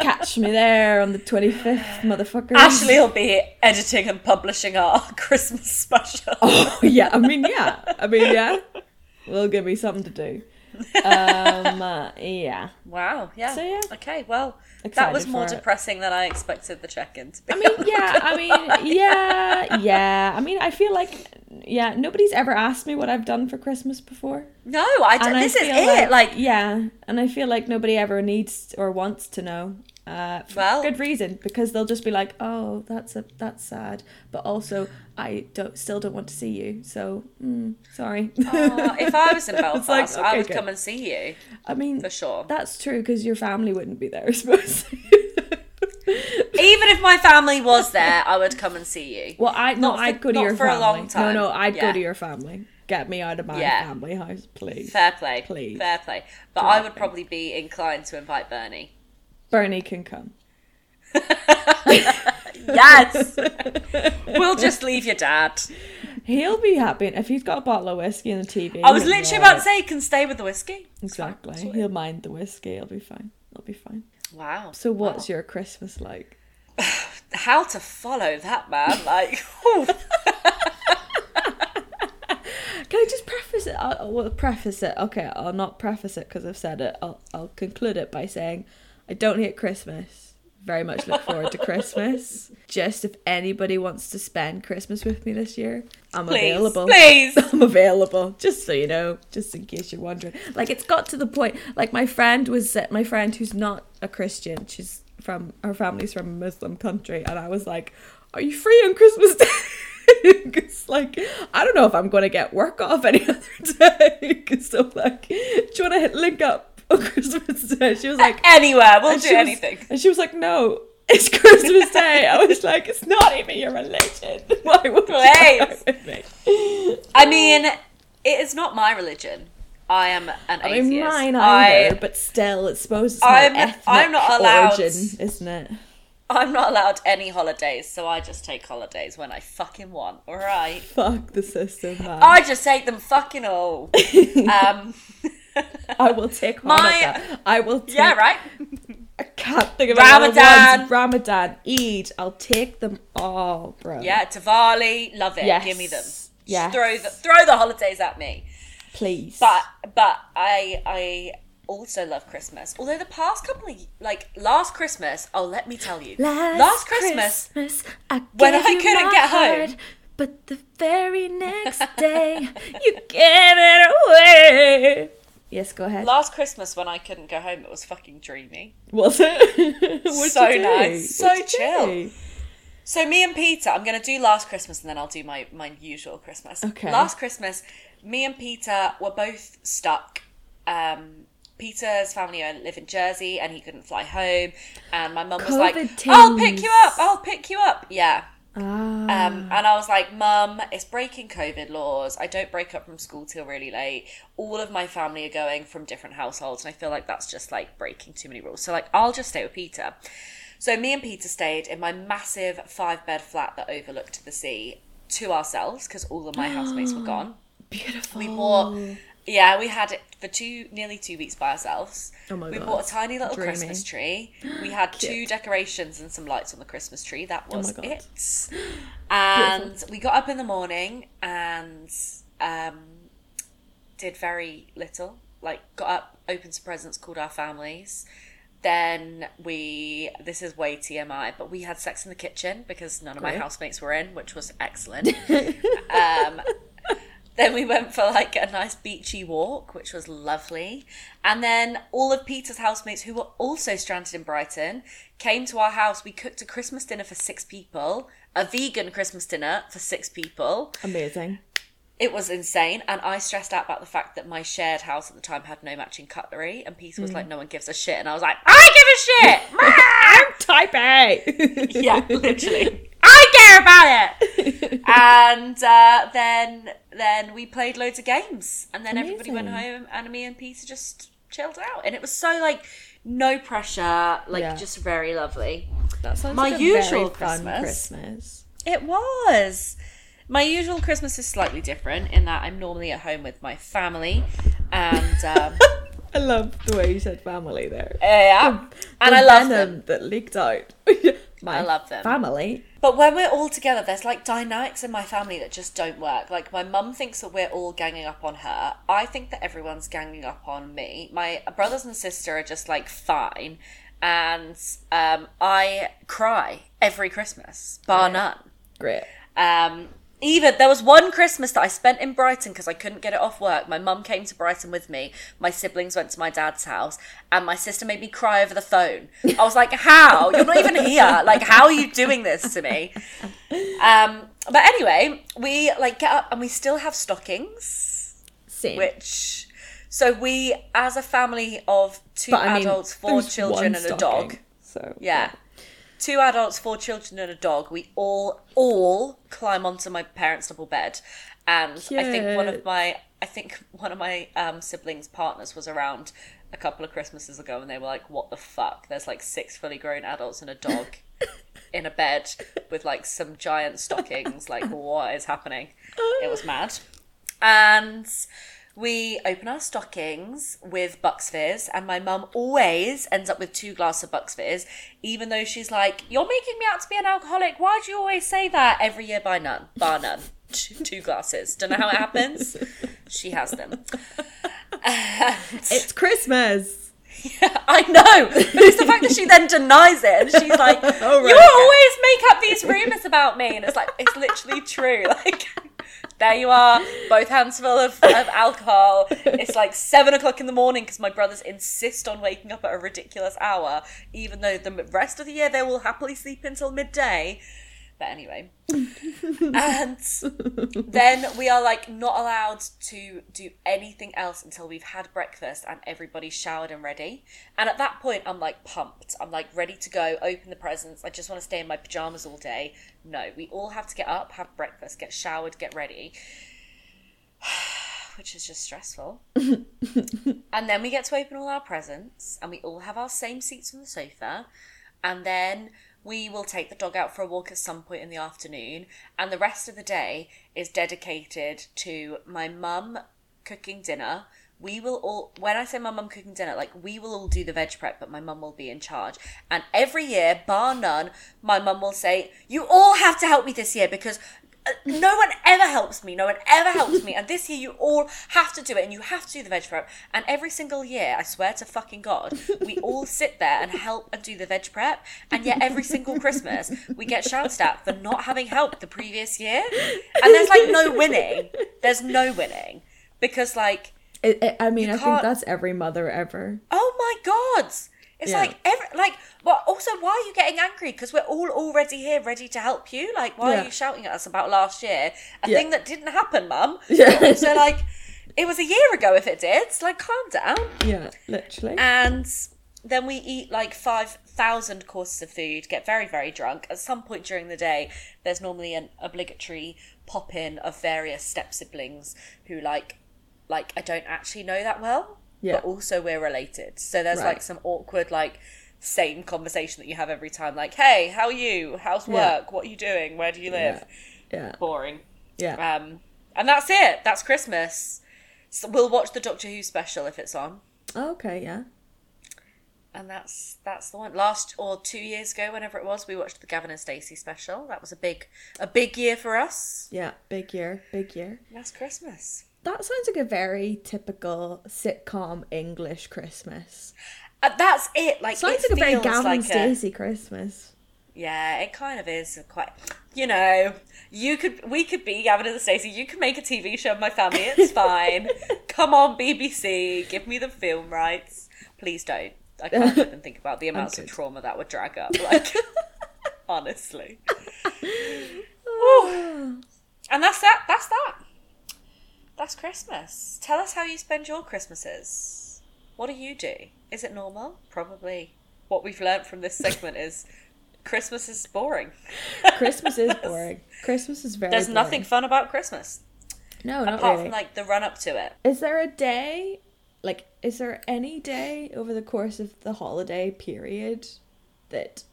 [SPEAKER 1] Catch me there on the twenty fifth, motherfucker.
[SPEAKER 2] Ashley will be editing and publishing our Christmas special.
[SPEAKER 1] Oh, yeah, I mean, yeah. I mean, yeah. Will give me something to do. Um, uh, yeah.
[SPEAKER 2] Wow. Yeah.
[SPEAKER 1] So, yeah.
[SPEAKER 2] Okay. Well, that
[SPEAKER 1] Excited
[SPEAKER 2] was more
[SPEAKER 1] for it.
[SPEAKER 2] depressing than I expected the check-in to be.
[SPEAKER 1] I mean, yeah. I mean, yeah. Yeah. I mean, I feel like, yeah, nobody's ever asked me what I've done for Christmas before.
[SPEAKER 2] no, I. d-
[SPEAKER 1] I
[SPEAKER 2] this is
[SPEAKER 1] feel
[SPEAKER 2] it. Like,
[SPEAKER 1] yeah. And I feel like nobody ever needs or wants to know. Uh, for
[SPEAKER 2] Well-
[SPEAKER 1] good reason because they'll just be like, "Oh, that's a that's sad," but also I don't still don't want to see you, so mm, sorry.
[SPEAKER 2] aw, uh, if I was in
[SPEAKER 1] It's
[SPEAKER 2] Belfast,
[SPEAKER 1] like,
[SPEAKER 2] I
[SPEAKER 1] okay,
[SPEAKER 2] would
[SPEAKER 1] good.
[SPEAKER 2] come and see you
[SPEAKER 1] I mean,
[SPEAKER 2] for sure.
[SPEAKER 1] That's true because your family wouldn't be there, I suppose.
[SPEAKER 2] Even if my family was there, I would come and see you.
[SPEAKER 1] well, I no,
[SPEAKER 2] Not for-
[SPEAKER 1] I'd go to
[SPEAKER 2] not
[SPEAKER 1] your
[SPEAKER 2] for a
[SPEAKER 1] family.
[SPEAKER 2] long time.
[SPEAKER 1] No, no, I'd
[SPEAKER 2] Yeah.
[SPEAKER 1] go to your family. Get me out of my
[SPEAKER 2] Yeah.
[SPEAKER 1] family house, please.
[SPEAKER 2] Fair play.
[SPEAKER 1] Please.
[SPEAKER 2] Fair play. But I would probably be inclined to invite Bernie.
[SPEAKER 1] Bernie can come.
[SPEAKER 2] Yes. we'll just leave your dad.
[SPEAKER 1] He'll be happy if he's got a bottle of whiskey and a TV.
[SPEAKER 2] I was
[SPEAKER 1] he'll be
[SPEAKER 2] literally
[SPEAKER 1] all right.
[SPEAKER 2] about to say, you can stay with the whiskey.
[SPEAKER 1] exactly. He'll mind the whiskey. He'll be fine. He'll be fine.
[SPEAKER 2] Wow.
[SPEAKER 1] So, what's your Christmas like?
[SPEAKER 2] How to follow that man? Like, whew.
[SPEAKER 1] Can I just preface it? I'll, well, preface it. Okay, I'll not preface it because I've said it. I'll, I'll conclude it by saying I don't hate Christmas. Very much look forward to Christmas. Just if anybody wants to spend Christmas with me this year, I'm
[SPEAKER 2] please,
[SPEAKER 1] available.
[SPEAKER 2] please.
[SPEAKER 1] I'm available, just so you know, just in case you're wondering. Like it's got to the point. Like my friend was, my friend who's not a Christian, she's from her family's from a Muslim country, and I was like, "Are you free on Christmas Day?" Because like I don't know if I'm gonna get work off any other day. 'Cause so like, do you want to hit link up on Christmas Day? She was like,
[SPEAKER 2] Anywhere, we'll
[SPEAKER 1] and
[SPEAKER 2] do
[SPEAKER 1] she was-
[SPEAKER 2] anything.
[SPEAKER 1] and she was like, no, it's Christmas Day. I was like, it's not even your religion. Why would you go
[SPEAKER 2] Please.
[SPEAKER 1] with me?
[SPEAKER 2] I mean, it is not my religion. I am an
[SPEAKER 1] I mean,
[SPEAKER 2] atheist.
[SPEAKER 1] mine
[SPEAKER 2] I,
[SPEAKER 1] either, but still, it's supposed to
[SPEAKER 2] I'm-
[SPEAKER 1] I'm,
[SPEAKER 2] I'm not allowed-
[SPEAKER 1] origin, isn't it?
[SPEAKER 2] I'm not allowed any holidays, so I just take holidays when I fucking want. All right.
[SPEAKER 1] Fuck the system, man. I,
[SPEAKER 2] I just take them fucking all. um,
[SPEAKER 1] will take
[SPEAKER 2] My-
[SPEAKER 1] Hanukkah. I will take,
[SPEAKER 2] yeah, right.
[SPEAKER 1] I can't think of
[SPEAKER 2] Ramadan.
[SPEAKER 1] Ramadan. Ones. Ramadan, Eid, I'll take them all, bro.
[SPEAKER 2] Yeah, Diwali, love it.
[SPEAKER 1] Yes.
[SPEAKER 2] Give me them.
[SPEAKER 1] Yes.
[SPEAKER 2] Throw the throw the holidays at me.
[SPEAKER 1] Please.
[SPEAKER 2] But but I I also love Christmas. Although the past couple of like last Christmas, oh let me tell you,
[SPEAKER 1] Last,
[SPEAKER 2] Christmas,
[SPEAKER 1] Christmas, I
[SPEAKER 2] when
[SPEAKER 1] gave
[SPEAKER 2] I
[SPEAKER 1] you
[SPEAKER 2] couldn't
[SPEAKER 1] my
[SPEAKER 2] get home.
[SPEAKER 1] heart, but the very next day, you gave it away. Yes, go ahead.
[SPEAKER 2] last Christmas when I couldn't go home, it was fucking dreamy.
[SPEAKER 1] Was it? What'd
[SPEAKER 2] So
[SPEAKER 1] you do?
[SPEAKER 2] nice, so
[SPEAKER 1] What'd you
[SPEAKER 2] chill.
[SPEAKER 1] do?
[SPEAKER 2] So me and Peter, I'm going to do last Christmas and then I'll do my my usual Christmas.
[SPEAKER 1] Okay.
[SPEAKER 2] Last Christmas, me and Peter were both stuck. Um, Peter's family own- live in Jersey and he couldn't fly home, and my mum was like,
[SPEAKER 1] COVID
[SPEAKER 2] "I'll pick you up.
[SPEAKER 1] tins.
[SPEAKER 2] I'll pick you up." Yeah.
[SPEAKER 1] Ah.
[SPEAKER 2] Um, and I was like, Mum, it's breaking COVID laws. I don't break up from school till really late. All of my family are going from different households, and I feel like that's just like breaking too many rules. So, like, I'll just stay with Peter. So, me and Peter stayed in my massive five bed flat that overlooked the sea to ourselves because all of my housemates were gone.
[SPEAKER 1] Beautiful.
[SPEAKER 2] We
[SPEAKER 1] Oh.
[SPEAKER 2] bought, yeah, we had it for two, nearly two weeks by ourselves.
[SPEAKER 1] Oh my
[SPEAKER 2] we
[SPEAKER 1] God.
[SPEAKER 2] bought a tiny little
[SPEAKER 1] Dreamy.
[SPEAKER 2] Christmas tree. We had two
[SPEAKER 1] Cute. Oh
[SPEAKER 2] decorations and some lights on the Christmas tree. That
[SPEAKER 1] my
[SPEAKER 2] was
[SPEAKER 1] God.
[SPEAKER 2] it. And we got up in the morning and um, did very little. Like, got up, opened some presents, called our families. Then we, this is way TMI, but we had sex in the kitchen because none of my
[SPEAKER 1] Great.
[SPEAKER 2] housemates were in, which was excellent. um, then we went for like a nice beachy walk, which was lovely. And then all of Peter's housemates, who were also stranded in Brighton, came to our house. We cooked a Christmas dinner for six people, a vegan Christmas dinner for six people.
[SPEAKER 1] Amazing.
[SPEAKER 2] It was insane. And I stressed out about the fact that my shared house at the time had no matching cutlery. And Peter was like, no one gives a shit. And I was like, I give a shit!
[SPEAKER 1] I'm type A.
[SPEAKER 2] yeah, literally. I care about it. and uh, then then we played loads of games, and then everybody went home, and me and Peter just chilled out, and it was so like no pressure, like
[SPEAKER 1] Yeah.
[SPEAKER 2] just very lovely.
[SPEAKER 1] That sounds
[SPEAKER 2] My
[SPEAKER 1] like a
[SPEAKER 2] usual
[SPEAKER 1] very fun
[SPEAKER 2] Christmas.
[SPEAKER 1] Christmas.
[SPEAKER 2] It was. My usual Christmas is slightly different in that I'm normally at home with my family, and um,
[SPEAKER 1] I love the way you said family there.
[SPEAKER 2] yeah, and
[SPEAKER 1] The
[SPEAKER 2] I love
[SPEAKER 1] venom
[SPEAKER 2] them.
[SPEAKER 1] that leaked out. My
[SPEAKER 2] I love them.
[SPEAKER 1] Family.
[SPEAKER 2] But when we're all together, there's like dynamics in my family that just don't work. Like my mum thinks that we're all ganging up on her. I think that everyone's ganging up on me. My brothers and sister are just like fine, and um, I cry every Christmas, bar none.
[SPEAKER 1] Great.
[SPEAKER 2] Um, even there was one Christmas that I spent in Brighton because I couldn't get it off work. My mum came to Brighton with me. My siblings went to my dad's house, and my sister made me cry over the phone. I was like, "How? You're not even here! Like, how are you doing this to me?" Um, but anyway, we like get up and we still have stockings,
[SPEAKER 1] Same.
[SPEAKER 2] which so we as a family of two
[SPEAKER 1] But I mean,
[SPEAKER 2] adults, four
[SPEAKER 1] there's
[SPEAKER 2] children,
[SPEAKER 1] one
[SPEAKER 2] and a
[SPEAKER 1] stocking,
[SPEAKER 2] dog.
[SPEAKER 1] So
[SPEAKER 2] Yeah. Two adults, four children, and a dog. We all all climb onto my parents' double bed, and I think one of
[SPEAKER 1] Cute.
[SPEAKER 2] my I think one of my um, siblings' partners was around a couple of Christmases ago, and they were like, "What the fuck? There's like six fully grown adults and a dog in a bed with like some giant stockings. Like, what is happening?" It was mad, and. We open our stockings with Bucks Fizz, and my mum always ends up with two glasses of Bucks Fizz, even though she's like, You're making me out to be an alcoholic. Why do you always say that? Every year by none, bar none. Two two glasses. Don't know how it happens. She has them.
[SPEAKER 1] It's Christmas.
[SPEAKER 2] I know. But it's the fact that she then denies it and she's like,
[SPEAKER 1] Oh, right,
[SPEAKER 2] You
[SPEAKER 1] okay.
[SPEAKER 2] always make up these rumors about me. And it's like, it's literally true. Like, there you are, both hands full of, of alcohol. It's like seven o'clock in the morning because my brothers insist on waking up at a ridiculous hour, even though the rest of the year they will happily sleep until midday. But anyway. and then we are like not allowed to do anything else until we've had breakfast and everybody's showered and ready. And at that point, I'm like pumped. I'm like ready to go, open the presents. I just want to stay in my pajamas all day. No, we all have to get up, have breakfast, get showered, get ready, which is just stressful. and then we get to open all our presents and we all have our same seats on the sofa. And then we will take the dog out for a walk at some point in the afternoon. And the rest of the day is dedicated to my mum cooking dinner. We will all, when I say my mum cooking dinner, like we will all do the veg prep, but my mum will be in charge. And every year, bar none, my mum will say, You all have to help me this year because uh, no one ever helps me. No one ever helps me. And this year, you all have to do it, and you have to do the veg prep. And every single year, I swear to fucking God, we all sit there and help and do the veg prep. And yet, every single Christmas, we get shouted at for not having helped the previous year. And there's like no winning. There's no winning because like
[SPEAKER 1] It, it, I mean, I think
[SPEAKER 2] can't-
[SPEAKER 1] that's every mother ever.
[SPEAKER 2] Oh my god! It's
[SPEAKER 1] Yeah.
[SPEAKER 2] like every, like, but also why are you getting angry? Because we're all already here, ready to help you. Like, why
[SPEAKER 1] Yeah.
[SPEAKER 2] are you shouting at us about last year, a
[SPEAKER 1] Yeah.
[SPEAKER 2] thing that didn't happen, Mum?
[SPEAKER 1] Yeah.
[SPEAKER 2] So like, it was a year ago. If it did, so, like, calm down.
[SPEAKER 1] Yeah, literally.
[SPEAKER 2] And then we eat like five thousand courses of food, get very very drunk. At some point during the day, there's normally an obligatory pop in of various step siblings who like, like I don't actually know that well,
[SPEAKER 1] Yeah.
[SPEAKER 2] but also we're related. So there's
[SPEAKER 1] Right.
[SPEAKER 2] like some awkward like same conversation that you have every time, like, hey, how are you? How's
[SPEAKER 1] Yeah.
[SPEAKER 2] work? What are you doing? Where do you live?
[SPEAKER 1] yeah. Yeah.
[SPEAKER 2] Boring.
[SPEAKER 1] Yeah.
[SPEAKER 2] Um, and that's it. That's Christmas. So we'll watch the Doctor Who special if it's on
[SPEAKER 1] okay, yeah.
[SPEAKER 2] and that's that's the one. Last or two years ago, whenever it was, we watched the Gavin and Stacey special. That was a big a big year for us.
[SPEAKER 1] Yeah, big year, big year.
[SPEAKER 2] That's Christmas.
[SPEAKER 1] That sounds like a very typical sitcom English Christmas.
[SPEAKER 2] And Uh, that's it. Like
[SPEAKER 1] Sounds like
[SPEAKER 2] it
[SPEAKER 1] a very
[SPEAKER 2] feels
[SPEAKER 1] Gavin
[SPEAKER 2] like a-
[SPEAKER 1] Stacey Christmas.
[SPEAKER 2] yeah, it kind of is quite. You know, you could we could be Gavin and Stacey. You can make a TV show of my family. It's fine. Come on, BBC, give me the film rights. Please don't. I can't even think about the amounts of
[SPEAKER 1] good.
[SPEAKER 2] trauma that would drag up. Like, honestly. Whew. And that's that. That's that. That's Christmas. Tell us how you spend your Christmases. What do you do? Is it normal? Probably. What we've learnt from this segment is Christmas is boring.
[SPEAKER 1] Christmas is boring. Christmas is very.
[SPEAKER 2] There's
[SPEAKER 1] boring.
[SPEAKER 2] nothing fun about Christmas
[SPEAKER 1] No, not
[SPEAKER 2] apart
[SPEAKER 1] really.
[SPEAKER 2] from like the run up to it.
[SPEAKER 1] is there a day, like, is there any day over the course of the holiday period that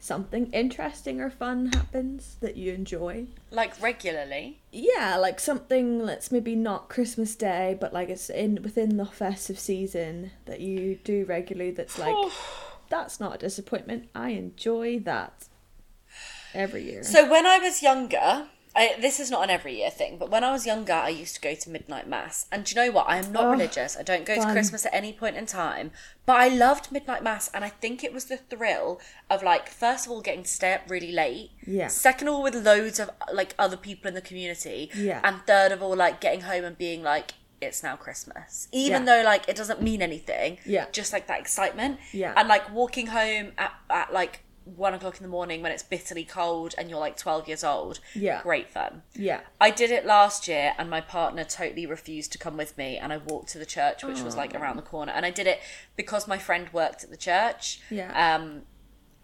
[SPEAKER 1] something interesting or fun happens that you enjoy?
[SPEAKER 2] Like regularly.
[SPEAKER 1] Yeah, like something that's maybe not Christmas Day, but like it's in within the festive season that you do regularly. That's like that's not a disappointment. I enjoy that every year.
[SPEAKER 2] So when I was younger, I, this is not an every year thing, but when I was younger, I used to go to midnight mass. And do you know what? I am not religious. I don't go to
[SPEAKER 1] Oh, fun.
[SPEAKER 2] Christmas at any point in time, but I loved midnight mass, and I think it was the thrill of like first of all getting to stay up really late,
[SPEAKER 1] Yeah.
[SPEAKER 2] Second of all, with loads of like other people in the community,
[SPEAKER 1] Yeah.
[SPEAKER 2] And third of all, like getting home and being like. It's now Christmas, even
[SPEAKER 1] Yeah.
[SPEAKER 2] though like it doesn't mean anything.
[SPEAKER 1] Yeah.
[SPEAKER 2] just like that excitement.
[SPEAKER 1] Yeah.
[SPEAKER 2] and like walking home at, at like one o'clock in the morning when it's bitterly cold and you're like 12 years old.
[SPEAKER 1] Yeah.
[SPEAKER 2] Great fun.
[SPEAKER 1] yeah,
[SPEAKER 2] I did it last year and my partner totally refused to come with me and I walked to the church which was like around the corner and I did it because my friend worked at the church.
[SPEAKER 1] Yeah.
[SPEAKER 2] Um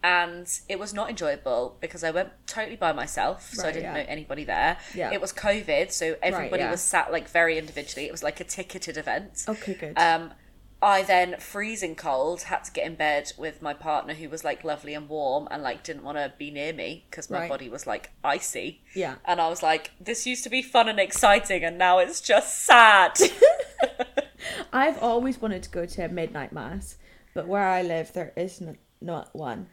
[SPEAKER 2] and it was not enjoyable because I went totally by myself, so I
[SPEAKER 1] Right,
[SPEAKER 2] didn't
[SPEAKER 1] yeah.
[SPEAKER 2] know anybody there.
[SPEAKER 1] Yeah.
[SPEAKER 2] It was COVID, so everybody
[SPEAKER 1] yeah.
[SPEAKER 2] was sat like very individually. It was like a ticketed event.
[SPEAKER 1] Okay, good.
[SPEAKER 2] Um, I then freezing cold had to get in bed with my partner who was like lovely and warm and like didn't want to be near me because my
[SPEAKER 1] Right.
[SPEAKER 2] body was like icy.
[SPEAKER 1] Yeah.
[SPEAKER 2] And I was like, this used to be fun and exciting and now it's just sad.
[SPEAKER 1] I've always wanted to go to a midnight mass, but where I live there is n- not one.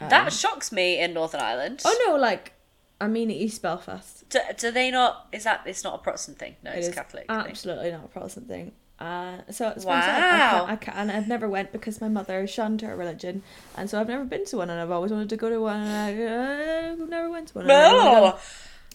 [SPEAKER 2] that shocks me in Northern Ireland.
[SPEAKER 1] Um, Oh no, like I mean East Belfast.
[SPEAKER 2] Do, do they not? Is that? It's not a Protestant thing. No,
[SPEAKER 1] It
[SPEAKER 2] it's
[SPEAKER 1] is Uh,
[SPEAKER 2] Catholic. thing.
[SPEAKER 1] absolutely not a Protestant thing. Uh, so it's one side I
[SPEAKER 2] Wow.
[SPEAKER 1] can't, I can't, and I've never went because my mother shunned her religion, and so I've never been to one, and I've always wanted to go to one, and I, uh, never went to one. and I really wanna
[SPEAKER 2] No.
[SPEAKER 1] go.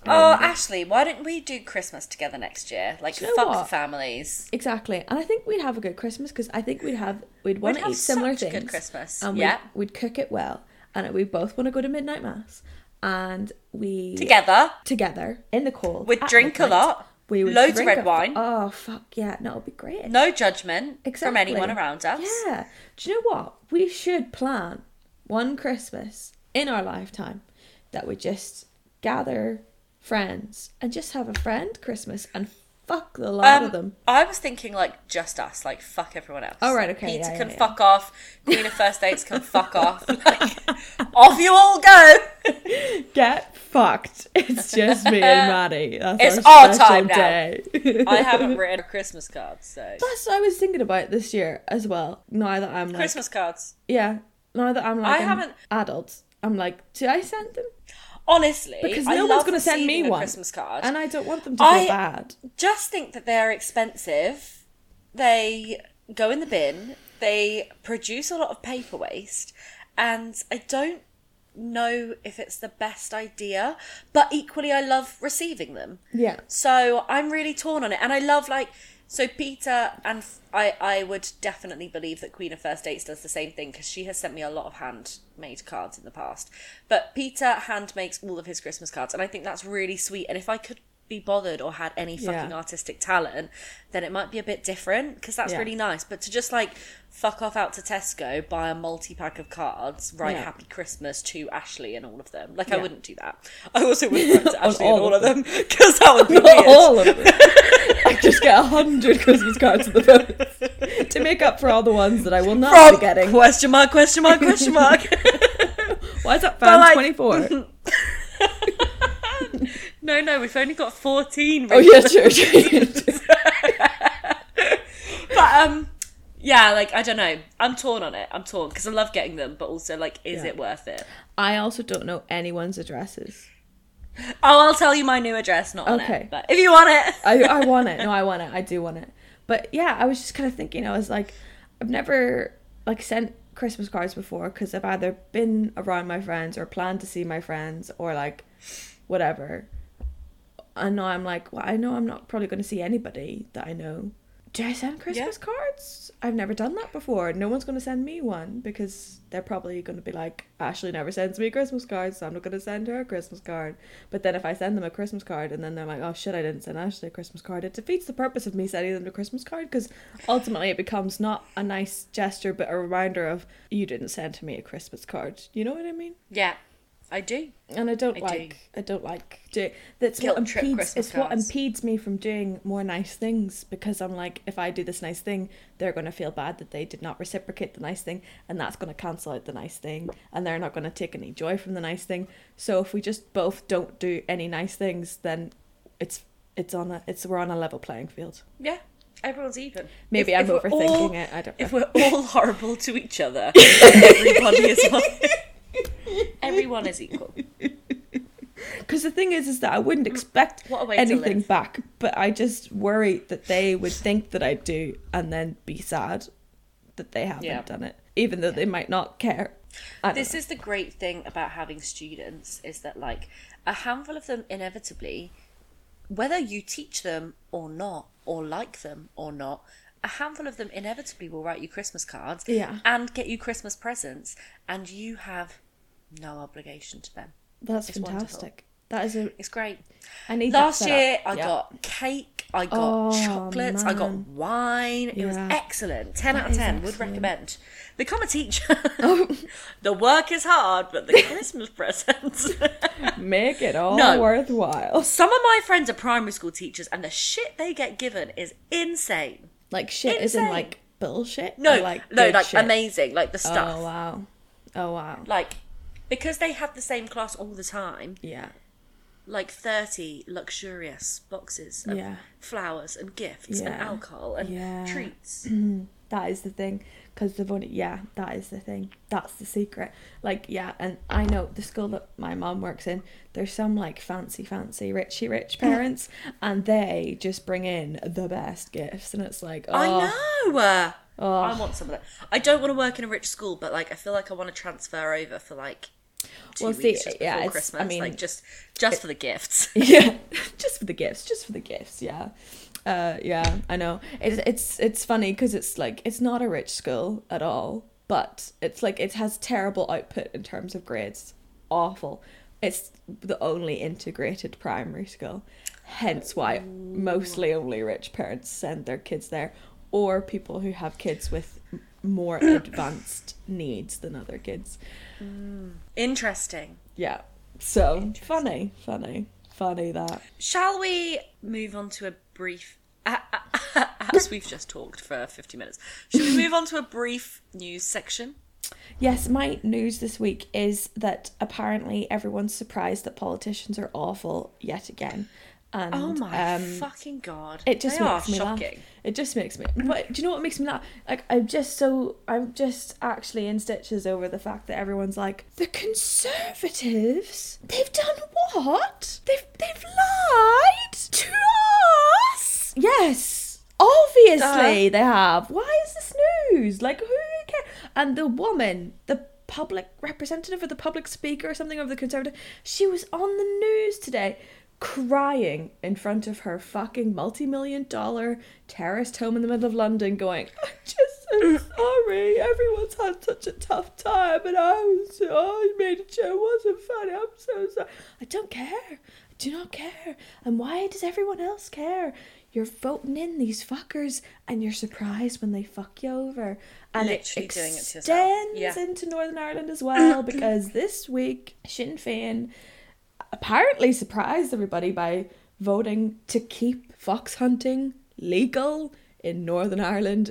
[SPEAKER 2] Oh, Ashley, why don't we do Christmas together next year? Like,
[SPEAKER 1] Do you know
[SPEAKER 2] fuck
[SPEAKER 1] what?
[SPEAKER 2] families.
[SPEAKER 1] Exactly, and I think we'd have a good Christmas because I think we'd have we'd want to
[SPEAKER 2] have
[SPEAKER 1] eat similar things.
[SPEAKER 2] such good Christmas.
[SPEAKER 1] and
[SPEAKER 2] Yeah.
[SPEAKER 1] we'd, we'd cook it well, and we both want to go to midnight mass, and we
[SPEAKER 2] Together.
[SPEAKER 1] together in the cold.
[SPEAKER 2] We'd
[SPEAKER 1] at
[SPEAKER 2] drink a
[SPEAKER 1] midnight.
[SPEAKER 2] lot.
[SPEAKER 1] We would
[SPEAKER 2] Loads of
[SPEAKER 1] drink
[SPEAKER 2] red
[SPEAKER 1] a-
[SPEAKER 2] wine.
[SPEAKER 1] Oh fuck yeah! No, it'd be great.
[SPEAKER 2] No judgment from
[SPEAKER 1] Exactly.
[SPEAKER 2] anyone around us.
[SPEAKER 1] Yeah. Do you know what? We should plan one Christmas in our lifetime that we just gather friends and just have a friend Christmas and fuck the lot
[SPEAKER 2] Um,
[SPEAKER 1] of them.
[SPEAKER 2] I was thinking like just us, like fuck everyone else.
[SPEAKER 1] Oh, right, okay,
[SPEAKER 2] Peter
[SPEAKER 1] yeah,
[SPEAKER 2] can
[SPEAKER 1] yeah, yeah.
[SPEAKER 2] fuck off. Queen of first dates can fuck off. Like, off you all go.
[SPEAKER 1] Get fucked. It's just me and Maddie. That's
[SPEAKER 2] It's
[SPEAKER 1] our,
[SPEAKER 2] our
[SPEAKER 1] special
[SPEAKER 2] time now.
[SPEAKER 1] day.
[SPEAKER 2] I haven't written a Christmas card, so
[SPEAKER 1] That's what I was thinking about this year as well. Now that I'm like,
[SPEAKER 2] Christmas cards.
[SPEAKER 1] yeah, now that I'm like,
[SPEAKER 2] I
[SPEAKER 1] an
[SPEAKER 2] haven't-
[SPEAKER 1] adult. I'm like, did I send them?
[SPEAKER 2] Honestly,
[SPEAKER 1] Because
[SPEAKER 2] I
[SPEAKER 1] no one's
[SPEAKER 2] love
[SPEAKER 1] going to send me
[SPEAKER 2] receiving a
[SPEAKER 1] one.
[SPEAKER 2] Christmas card.
[SPEAKER 1] And I don't want them to feel
[SPEAKER 2] I-
[SPEAKER 1] bad.
[SPEAKER 2] just think that they're expensive. They go in the bin. They produce a lot of paper waste, and I don't know if it's the best idea. But equally, I love receiving them.
[SPEAKER 1] Yeah.
[SPEAKER 2] So I'm really torn on it, and I love like. So Peter and f- I, I would definitely believe that Queen of First Dates does the same thing because she has sent me a lot of handmade cards in the past. But Peter hand makes all of his Christmas cards, and I think that's really sweet. And if I could be bothered or had any fucking
[SPEAKER 1] Yeah.
[SPEAKER 2] artistic talent, then it might be a bit different because that's
[SPEAKER 1] Yeah.
[SPEAKER 2] really nice. But to just like fuck off out to Tesco, buy a multi pack of cards, write
[SPEAKER 1] Yeah.
[SPEAKER 2] Happy Christmas to Ashley and all of them. Like I
[SPEAKER 1] Yeah.
[SPEAKER 2] wouldn't do that. I also wouldn't write to
[SPEAKER 1] On
[SPEAKER 2] Ashley and
[SPEAKER 1] all
[SPEAKER 2] all
[SPEAKER 1] of
[SPEAKER 2] of them because that would be
[SPEAKER 1] Not
[SPEAKER 2] weird.
[SPEAKER 1] all of them. I just get a hundred Christmas cards at the post to make up for all the ones that I will not
[SPEAKER 2] From
[SPEAKER 1] be getting.
[SPEAKER 2] question mark question mark question mark.
[SPEAKER 1] Why is that
[SPEAKER 2] But,
[SPEAKER 1] fan
[SPEAKER 2] like-
[SPEAKER 1] twenty four?
[SPEAKER 2] no, no, we've only got fourteen.
[SPEAKER 1] Oh yeah, sure, sure.
[SPEAKER 2] but um, yeah, like I don't know. I'm torn on it. I'm torn because I love getting them, but also like, is
[SPEAKER 1] Yeah.
[SPEAKER 2] it worth it?
[SPEAKER 1] I also don't know anyone's addresses.
[SPEAKER 2] Oh, I'll tell you my new address, not on
[SPEAKER 1] Okay.
[SPEAKER 2] it. But if you want it,
[SPEAKER 1] I, I want it. No, I want it. I do want it. But yeah, I was just kind of thinking. I was like, I've never like sent Christmas cards before because I've either been around my friends or planned to see my friends or like whatever. And now I'm like, well, I know I'm not probably going to see anybody that I know. Do I send Christmas cards? I've never done that before. No one's going to send me one because they're probably going to be like, Ashley never sends me Christmas cards, so I'm not going to send her a Christmas card. But then if I send them a Christmas card and then they're like, oh shit, I didn't send Ashley a Christmas card, it defeats the purpose of me sending them a Christmas card because ultimately it becomes not a nice gesture but a reminder of, you didn't send me a Christmas card. You know what I mean?
[SPEAKER 2] yeah, I do.
[SPEAKER 1] and I don't
[SPEAKER 2] I do.
[SPEAKER 1] like I don't like doing that's
[SPEAKER 2] Guilt
[SPEAKER 1] what
[SPEAKER 2] trip
[SPEAKER 1] impedes
[SPEAKER 2] Christmas
[SPEAKER 1] it's what
[SPEAKER 2] cards.
[SPEAKER 1] impedes me from doing more nice things because I'm like if I do this nice thing they're going to feel bad that they did not reciprocate the nice thing and that's going to cancel out the nice thing and they're not going to take any joy from the nice thing so if we just both don't do any nice things then it's it's on a it's we're on a level playing field
[SPEAKER 2] Yeah, everyone's even.
[SPEAKER 1] maybe
[SPEAKER 2] If-
[SPEAKER 1] I'm
[SPEAKER 2] if we're
[SPEAKER 1] overthinking
[SPEAKER 2] all-
[SPEAKER 1] it I don't know
[SPEAKER 2] If we're all horrible to each other, everybody is. Everyone is equal.
[SPEAKER 1] Because the thing is, is that I wouldn't expect
[SPEAKER 2] Mm, What a way to
[SPEAKER 1] anything
[SPEAKER 2] live.
[SPEAKER 1] back, but I just worry that they would think that I do and then be sad that they haven't
[SPEAKER 2] Yeah.
[SPEAKER 1] done it, even though they might not care. I don't
[SPEAKER 2] this
[SPEAKER 1] know.
[SPEAKER 2] is the great thing about having students is that like a handful of them inevitably whether you teach them or not or like them or not a handful of them inevitably will write you christmas cards
[SPEAKER 1] Yeah.
[SPEAKER 2] and get you christmas presents and you have no obligation to them
[SPEAKER 1] that's
[SPEAKER 2] it's wonderful.
[SPEAKER 1] fantastic. That is a.
[SPEAKER 2] it's great
[SPEAKER 1] I need that
[SPEAKER 2] last
[SPEAKER 1] set
[SPEAKER 2] year
[SPEAKER 1] up.
[SPEAKER 2] i
[SPEAKER 1] Yeah.
[SPEAKER 2] got cake i got
[SPEAKER 1] Oh,
[SPEAKER 2] chocolates i got
[SPEAKER 1] man.
[SPEAKER 2] wine it was
[SPEAKER 1] Yeah.
[SPEAKER 2] excellent 10 out of
[SPEAKER 1] is
[SPEAKER 2] 10 would
[SPEAKER 1] excellent. Oh.
[SPEAKER 2] recommend become a teacher the work is hard but the christmas presents
[SPEAKER 1] make it all
[SPEAKER 2] No.
[SPEAKER 1] worthwhile.
[SPEAKER 2] some of my friends are primary school teachers and the shit they get given is insane
[SPEAKER 1] Like shit isn't
[SPEAKER 2] Insane.
[SPEAKER 1] like bullshit.
[SPEAKER 2] no
[SPEAKER 1] but, like
[SPEAKER 2] no
[SPEAKER 1] good
[SPEAKER 2] like
[SPEAKER 1] shit.
[SPEAKER 2] amazing like the stuff
[SPEAKER 1] Oh wow, oh wow,
[SPEAKER 2] like because they have the same class all the time
[SPEAKER 1] yeah,
[SPEAKER 2] like 30 luxurious boxes of
[SPEAKER 1] Yeah.
[SPEAKER 2] flowers and gifts and
[SPEAKER 1] Yeah.
[SPEAKER 2] alcohol and
[SPEAKER 1] Yeah.
[SPEAKER 2] treats
[SPEAKER 1] That is the thing, because they've only yeah, that is the thing. That's the secret. Like yeah, and I know the school that my mom works in. There's some like fancy, fancy, richy, rich parents, and they just bring in the best gifts, and it's like oh,
[SPEAKER 2] I know. uh,
[SPEAKER 1] Oh.
[SPEAKER 2] I want some of that. I don't want to work in a rich school, but like I feel like I want to transfer over for like two
[SPEAKER 1] Well, see,
[SPEAKER 2] weeks just before
[SPEAKER 1] yeah, it's- I
[SPEAKER 2] Christmas.
[SPEAKER 1] mean-
[SPEAKER 2] like just just for the gifts.
[SPEAKER 1] yeah, just for the gifts, just for the gifts. Yeah, uh, yeah, I know. It's it's it's funny because it's like it's not a rich school at all, but it's like it has terrible output in terms of grades. Awful. It's the only integrated primary school, hence why mostly only rich parents send their kids there, or people who have kids with m- more advanced needs than other kids.
[SPEAKER 2] Interesting.
[SPEAKER 1] Yeah. So funny, funny, funny that.
[SPEAKER 2] Shall we move on to a brief? As we've just talked for fifty minutes, should we move on to a brief news section?
[SPEAKER 1] Yes, my news this week is that apparently everyone's surprised that politicians are awful yet again. And
[SPEAKER 2] Oh my
[SPEAKER 1] um,
[SPEAKER 2] fucking god!
[SPEAKER 1] it just
[SPEAKER 2] they
[SPEAKER 1] makes
[SPEAKER 2] are
[SPEAKER 1] me
[SPEAKER 2] shocking.
[SPEAKER 1] laugh. It just makes me. But do you know what makes me laugh? Like I'm just so I'm just actually in stitches over the fact that everyone's like the conservatives. They've done what? They've they've lied to us. Yes. Obviously they have. Why is this news? Like who cares? And the woman, the public representative or the public speaker or something of the conservative, she was on the news today crying in front of her fucking multi million dollar terraced home in the middle of London, going, I'm just so sorry. Everyone's had such a tough time, and I was, oh, I made a show, wasn't funny. I'm so sorry. I don't care. I do not care. And why does everyone else care? You're voting in these fuckers, and you're surprised when they fuck you over. And
[SPEAKER 2] Literally
[SPEAKER 1] it
[SPEAKER 2] doing it
[SPEAKER 1] extends
[SPEAKER 2] to yourself. Yeah.
[SPEAKER 1] into Northern Ireland as well, because this week, Sinn Féin apparently surprised everybody by voting to keep fox hunting legal in Northern Ireland.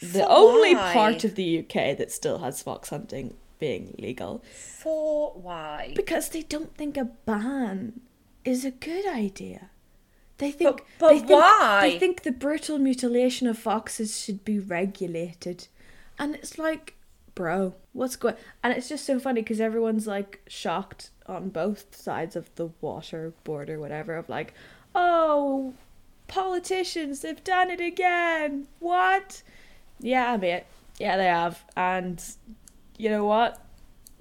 [SPEAKER 1] The
[SPEAKER 2] For
[SPEAKER 1] only
[SPEAKER 2] why?
[SPEAKER 1] part of the UK that still has fox hunting being legal.
[SPEAKER 2] For why?
[SPEAKER 1] Because they don't think a ban is a good idea. They think
[SPEAKER 2] but
[SPEAKER 1] they think,
[SPEAKER 2] why?
[SPEAKER 1] They think the brutal mutilation of foxes should be regulated. And it's like, bro, what's going And it's just so funny because everyone's like shocked on both sides of the water border whatever of like, "Oh, politicians, they've done it again." What? Yeah, mate. Yeah, they have. And you know what?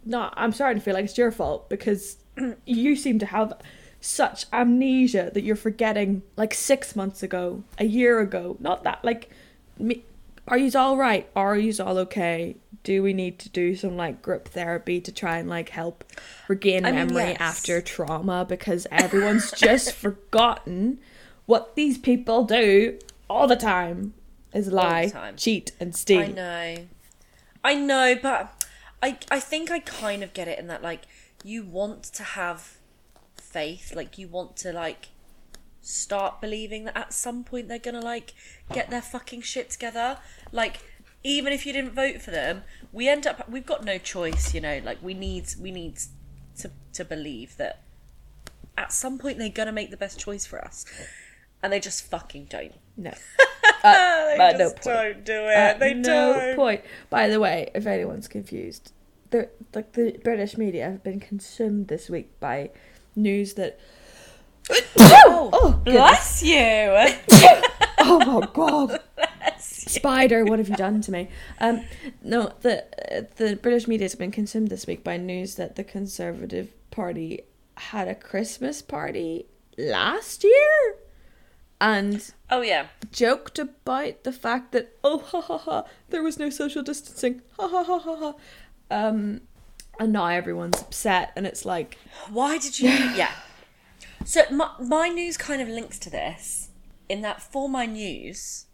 [SPEAKER 1] No, I'm starting to feel like it's your fault because you seem to have such amnesia that you're forgetting like six months ago, a year ago, not that like me. Are you all right? Are you all okay? Do we need to do some like group therapy to try and like help regain
[SPEAKER 2] mean,
[SPEAKER 1] memory
[SPEAKER 2] yes.
[SPEAKER 1] after trauma? Because everyone's just forgotten what these people do all the time is lie,
[SPEAKER 2] time.
[SPEAKER 1] cheat, and steal.
[SPEAKER 2] I know. I know, but I I think I kind of get it in that like you want to have faith, like you want to like start believing that at some point they're gonna like get their fucking shit together. Like even if you didn't vote for them, we end up we've got no choice, you know, like we need we need to to believe that at some point they're gonna make the best choice for us. And they just fucking don't.
[SPEAKER 1] No. Uh, but no point.
[SPEAKER 2] Ah, don't do it.
[SPEAKER 1] At no point. By the way, if anyone's confused, the like the British media have been consumed this week by news that oh, goodness.
[SPEAKER 2] Bless you.
[SPEAKER 1] oh my god, spider, what have you done to me? Um, no, the uh, the British media has been consumed this week by news that the Conservative Party had a Christmas party last year, and
[SPEAKER 2] Oh yeah.
[SPEAKER 1] joked about the fact that oh ha ha ha there was no social distancing ha ha ha ha ha um and now everyone's upset and it's like
[SPEAKER 2] Why did you? yeah. So my my news kind of links to this in that for my news,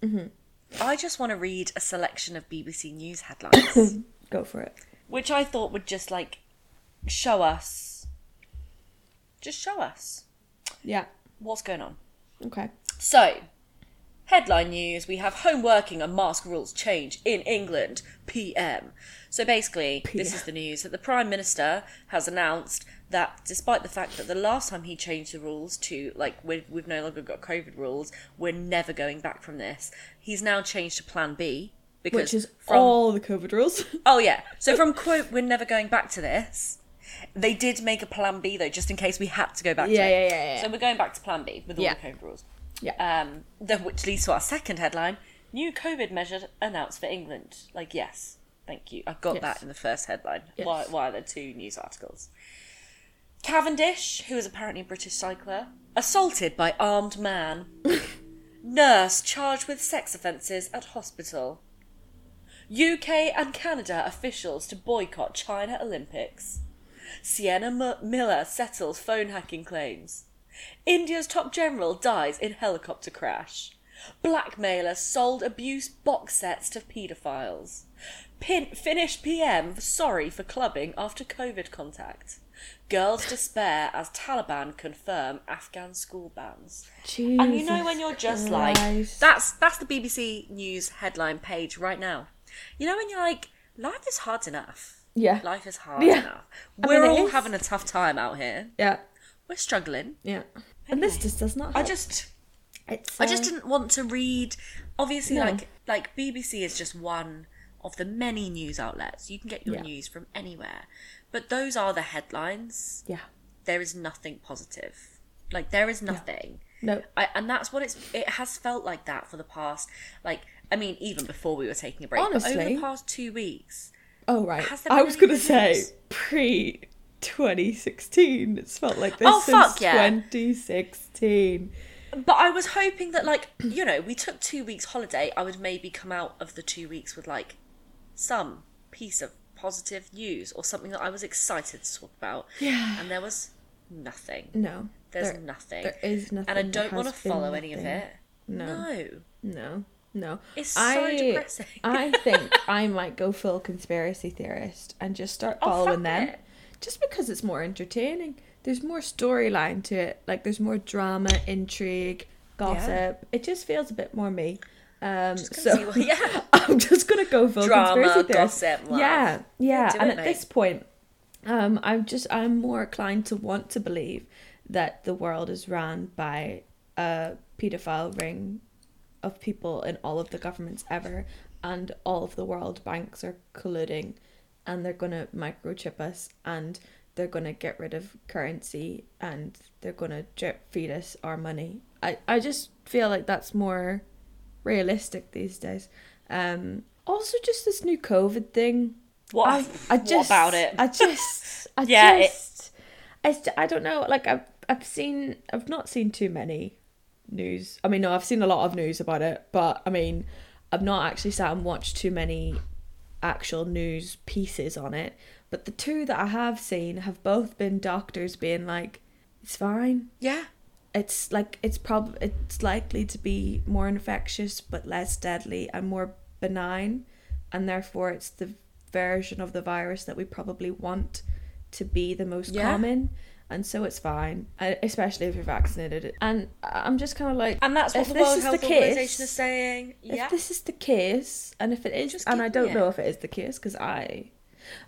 [SPEAKER 2] I just want to read a selection of BBC News headlines,
[SPEAKER 1] go for it
[SPEAKER 2] which I thought would just like show us, just show us
[SPEAKER 1] yeah
[SPEAKER 2] what's going on.
[SPEAKER 1] okay
[SPEAKER 2] So, headline news we have home working and mask rules change in England, PM. So, basically, this is the news that the Prime Minister has announced that despite the fact that the last time he changed the rules to, like, we've, we've no longer got COVID rules, we're never going back from this, he's now changed to Plan B. Because
[SPEAKER 1] which is
[SPEAKER 2] from,
[SPEAKER 1] all the covid rules
[SPEAKER 2] Oh yeah. So from quote, we're never going back to this. They did make a plan B though, just in case we had to go back.
[SPEAKER 1] Yeah,
[SPEAKER 2] to it.
[SPEAKER 1] yeah, yeah, yeah.
[SPEAKER 2] So we're going back to plan B with all
[SPEAKER 1] Yeah.
[SPEAKER 2] the COVID rules.
[SPEAKER 1] Yeah.
[SPEAKER 2] Um, the, which leads to our second headline: New COVID measure announced for England. Like yes, thank you. I've got
[SPEAKER 1] Yes.
[SPEAKER 2] that in the first headline.
[SPEAKER 1] Yes.
[SPEAKER 2] Why? Why are there two news articles? Cavendish, who is apparently a British cycler, assaulted by armed man. Nurse charged with sex offences at hospital. UK and Canada officials to boycott China Olympics. Sienna M- Miller settles phone hacking claims. India's top general dies in helicopter crash. Blackmailer sold abuse box sets to paedophiles. Pin- Finnish PM sorry for clubbing after COVID contact. Girls despair as Taliban confirm Afghan school bans.
[SPEAKER 1] Jesus.
[SPEAKER 2] And you know when you're just like
[SPEAKER 1] Christ.
[SPEAKER 2] that's that's the BBC News headline page right now. You know when you're like life is hard enough.
[SPEAKER 1] yeah
[SPEAKER 2] Life is hard
[SPEAKER 1] Yeah.
[SPEAKER 2] enough.
[SPEAKER 1] I
[SPEAKER 2] We're
[SPEAKER 1] mean, it
[SPEAKER 2] all
[SPEAKER 1] is.
[SPEAKER 2] having a tough time out here.
[SPEAKER 1] yeah
[SPEAKER 2] We're struggling.
[SPEAKER 1] yeah and this just does not
[SPEAKER 2] I
[SPEAKER 1] help.
[SPEAKER 2] just
[SPEAKER 1] it's,
[SPEAKER 2] I just
[SPEAKER 1] uh,
[SPEAKER 2] didn't want to read obviously
[SPEAKER 1] No.
[SPEAKER 2] like like BBC is just one of the many news outlets. You can get your
[SPEAKER 1] Yeah.
[SPEAKER 2] news from anywhere. But those are the headlines.
[SPEAKER 1] yeah
[SPEAKER 2] There is nothing positive. Like there is nothing.
[SPEAKER 1] no
[SPEAKER 2] I, and that's what it's it has felt like that for the past like I mean even before we were taking a break but over
[SPEAKER 1] Honestly.
[SPEAKER 2] the past two weeks
[SPEAKER 1] oh right
[SPEAKER 2] Has there
[SPEAKER 1] i
[SPEAKER 2] been
[SPEAKER 1] was
[SPEAKER 2] any
[SPEAKER 1] gonna
[SPEAKER 2] good
[SPEAKER 1] say
[SPEAKER 2] news?
[SPEAKER 1] pre 2016. It's felt like this
[SPEAKER 2] Oh,
[SPEAKER 1] since
[SPEAKER 2] fuck yeah.
[SPEAKER 1] 2016.
[SPEAKER 2] But I was hoping that, like, you know, we took two weeks holiday. I would maybe come out of the two weeks with like some piece of positive news or something that I was excited to talk about.
[SPEAKER 1] Yeah.
[SPEAKER 2] And there was nothing.
[SPEAKER 1] No.
[SPEAKER 2] There's
[SPEAKER 1] there,
[SPEAKER 2] nothing.
[SPEAKER 1] There is nothing.
[SPEAKER 2] and I
[SPEAKER 1] There
[SPEAKER 2] don't want to
[SPEAKER 1] has been
[SPEAKER 2] follow any of
[SPEAKER 1] nothing.
[SPEAKER 2] it.
[SPEAKER 1] No.
[SPEAKER 2] No.
[SPEAKER 1] No. No.
[SPEAKER 2] It's so depressing.
[SPEAKER 1] I think I might go full conspiracy theorist and just start
[SPEAKER 2] Oh,
[SPEAKER 1] following
[SPEAKER 2] fuck
[SPEAKER 1] them.
[SPEAKER 2] it.
[SPEAKER 1] Just because it's more entertaining. There's more storyline to it. Like there's more drama, intrigue, gossip. It just feels a bit more me. Um
[SPEAKER 2] Just
[SPEAKER 1] so
[SPEAKER 2] gonna see what- yeah.
[SPEAKER 1] I'm just gonna go full
[SPEAKER 2] Drama,
[SPEAKER 1] conspiracy theorist.
[SPEAKER 2] gossip, love.
[SPEAKER 1] Yeah, yeah.
[SPEAKER 2] do
[SPEAKER 1] and
[SPEAKER 2] it,
[SPEAKER 1] at
[SPEAKER 2] mate.
[SPEAKER 1] this point, um, I'm just I'm more inclined to want to believe that the world is run by a paedophile ring of people in all of the governments ever, and all of the world banks are colluding, and they're gonna microchip us and. They're gonna get rid of currency and they're gonna drip feed us our money. I, I just feel like that's more realistic these days. Um, also, just this new COVID thing.
[SPEAKER 2] What,
[SPEAKER 1] I, I just
[SPEAKER 2] what about it?
[SPEAKER 1] I just, I
[SPEAKER 2] Yeah, it-
[SPEAKER 1] just, I, st- I don't know. Like I've, I've seen, I've not seen too many news. I mean, no, I've seen a lot of news about it, but I mean, I've not actually sat and watched too many actual news pieces on it. But the two that I have seen have both been doctors being like, "It's fine,
[SPEAKER 2] yeah.
[SPEAKER 1] it's like it's prob it's likely to be more infectious but less deadly and more benign and therefore it's the version of the virus that we probably want to be the most
[SPEAKER 2] Yeah.
[SPEAKER 1] common and so it's fine and especially if you're vaccinated and i'm just kind of like
[SPEAKER 2] And that's what
[SPEAKER 1] if
[SPEAKER 2] the
[SPEAKER 1] this
[SPEAKER 2] World
[SPEAKER 1] is
[SPEAKER 2] Health
[SPEAKER 1] the
[SPEAKER 2] Organization
[SPEAKER 1] case-
[SPEAKER 2] is saying.
[SPEAKER 1] if
[SPEAKER 2] Yeah.
[SPEAKER 1] this is the case and if it is
[SPEAKER 2] Just
[SPEAKER 1] and
[SPEAKER 2] keep
[SPEAKER 1] i don't
[SPEAKER 2] it.
[SPEAKER 1] know if it is the case because i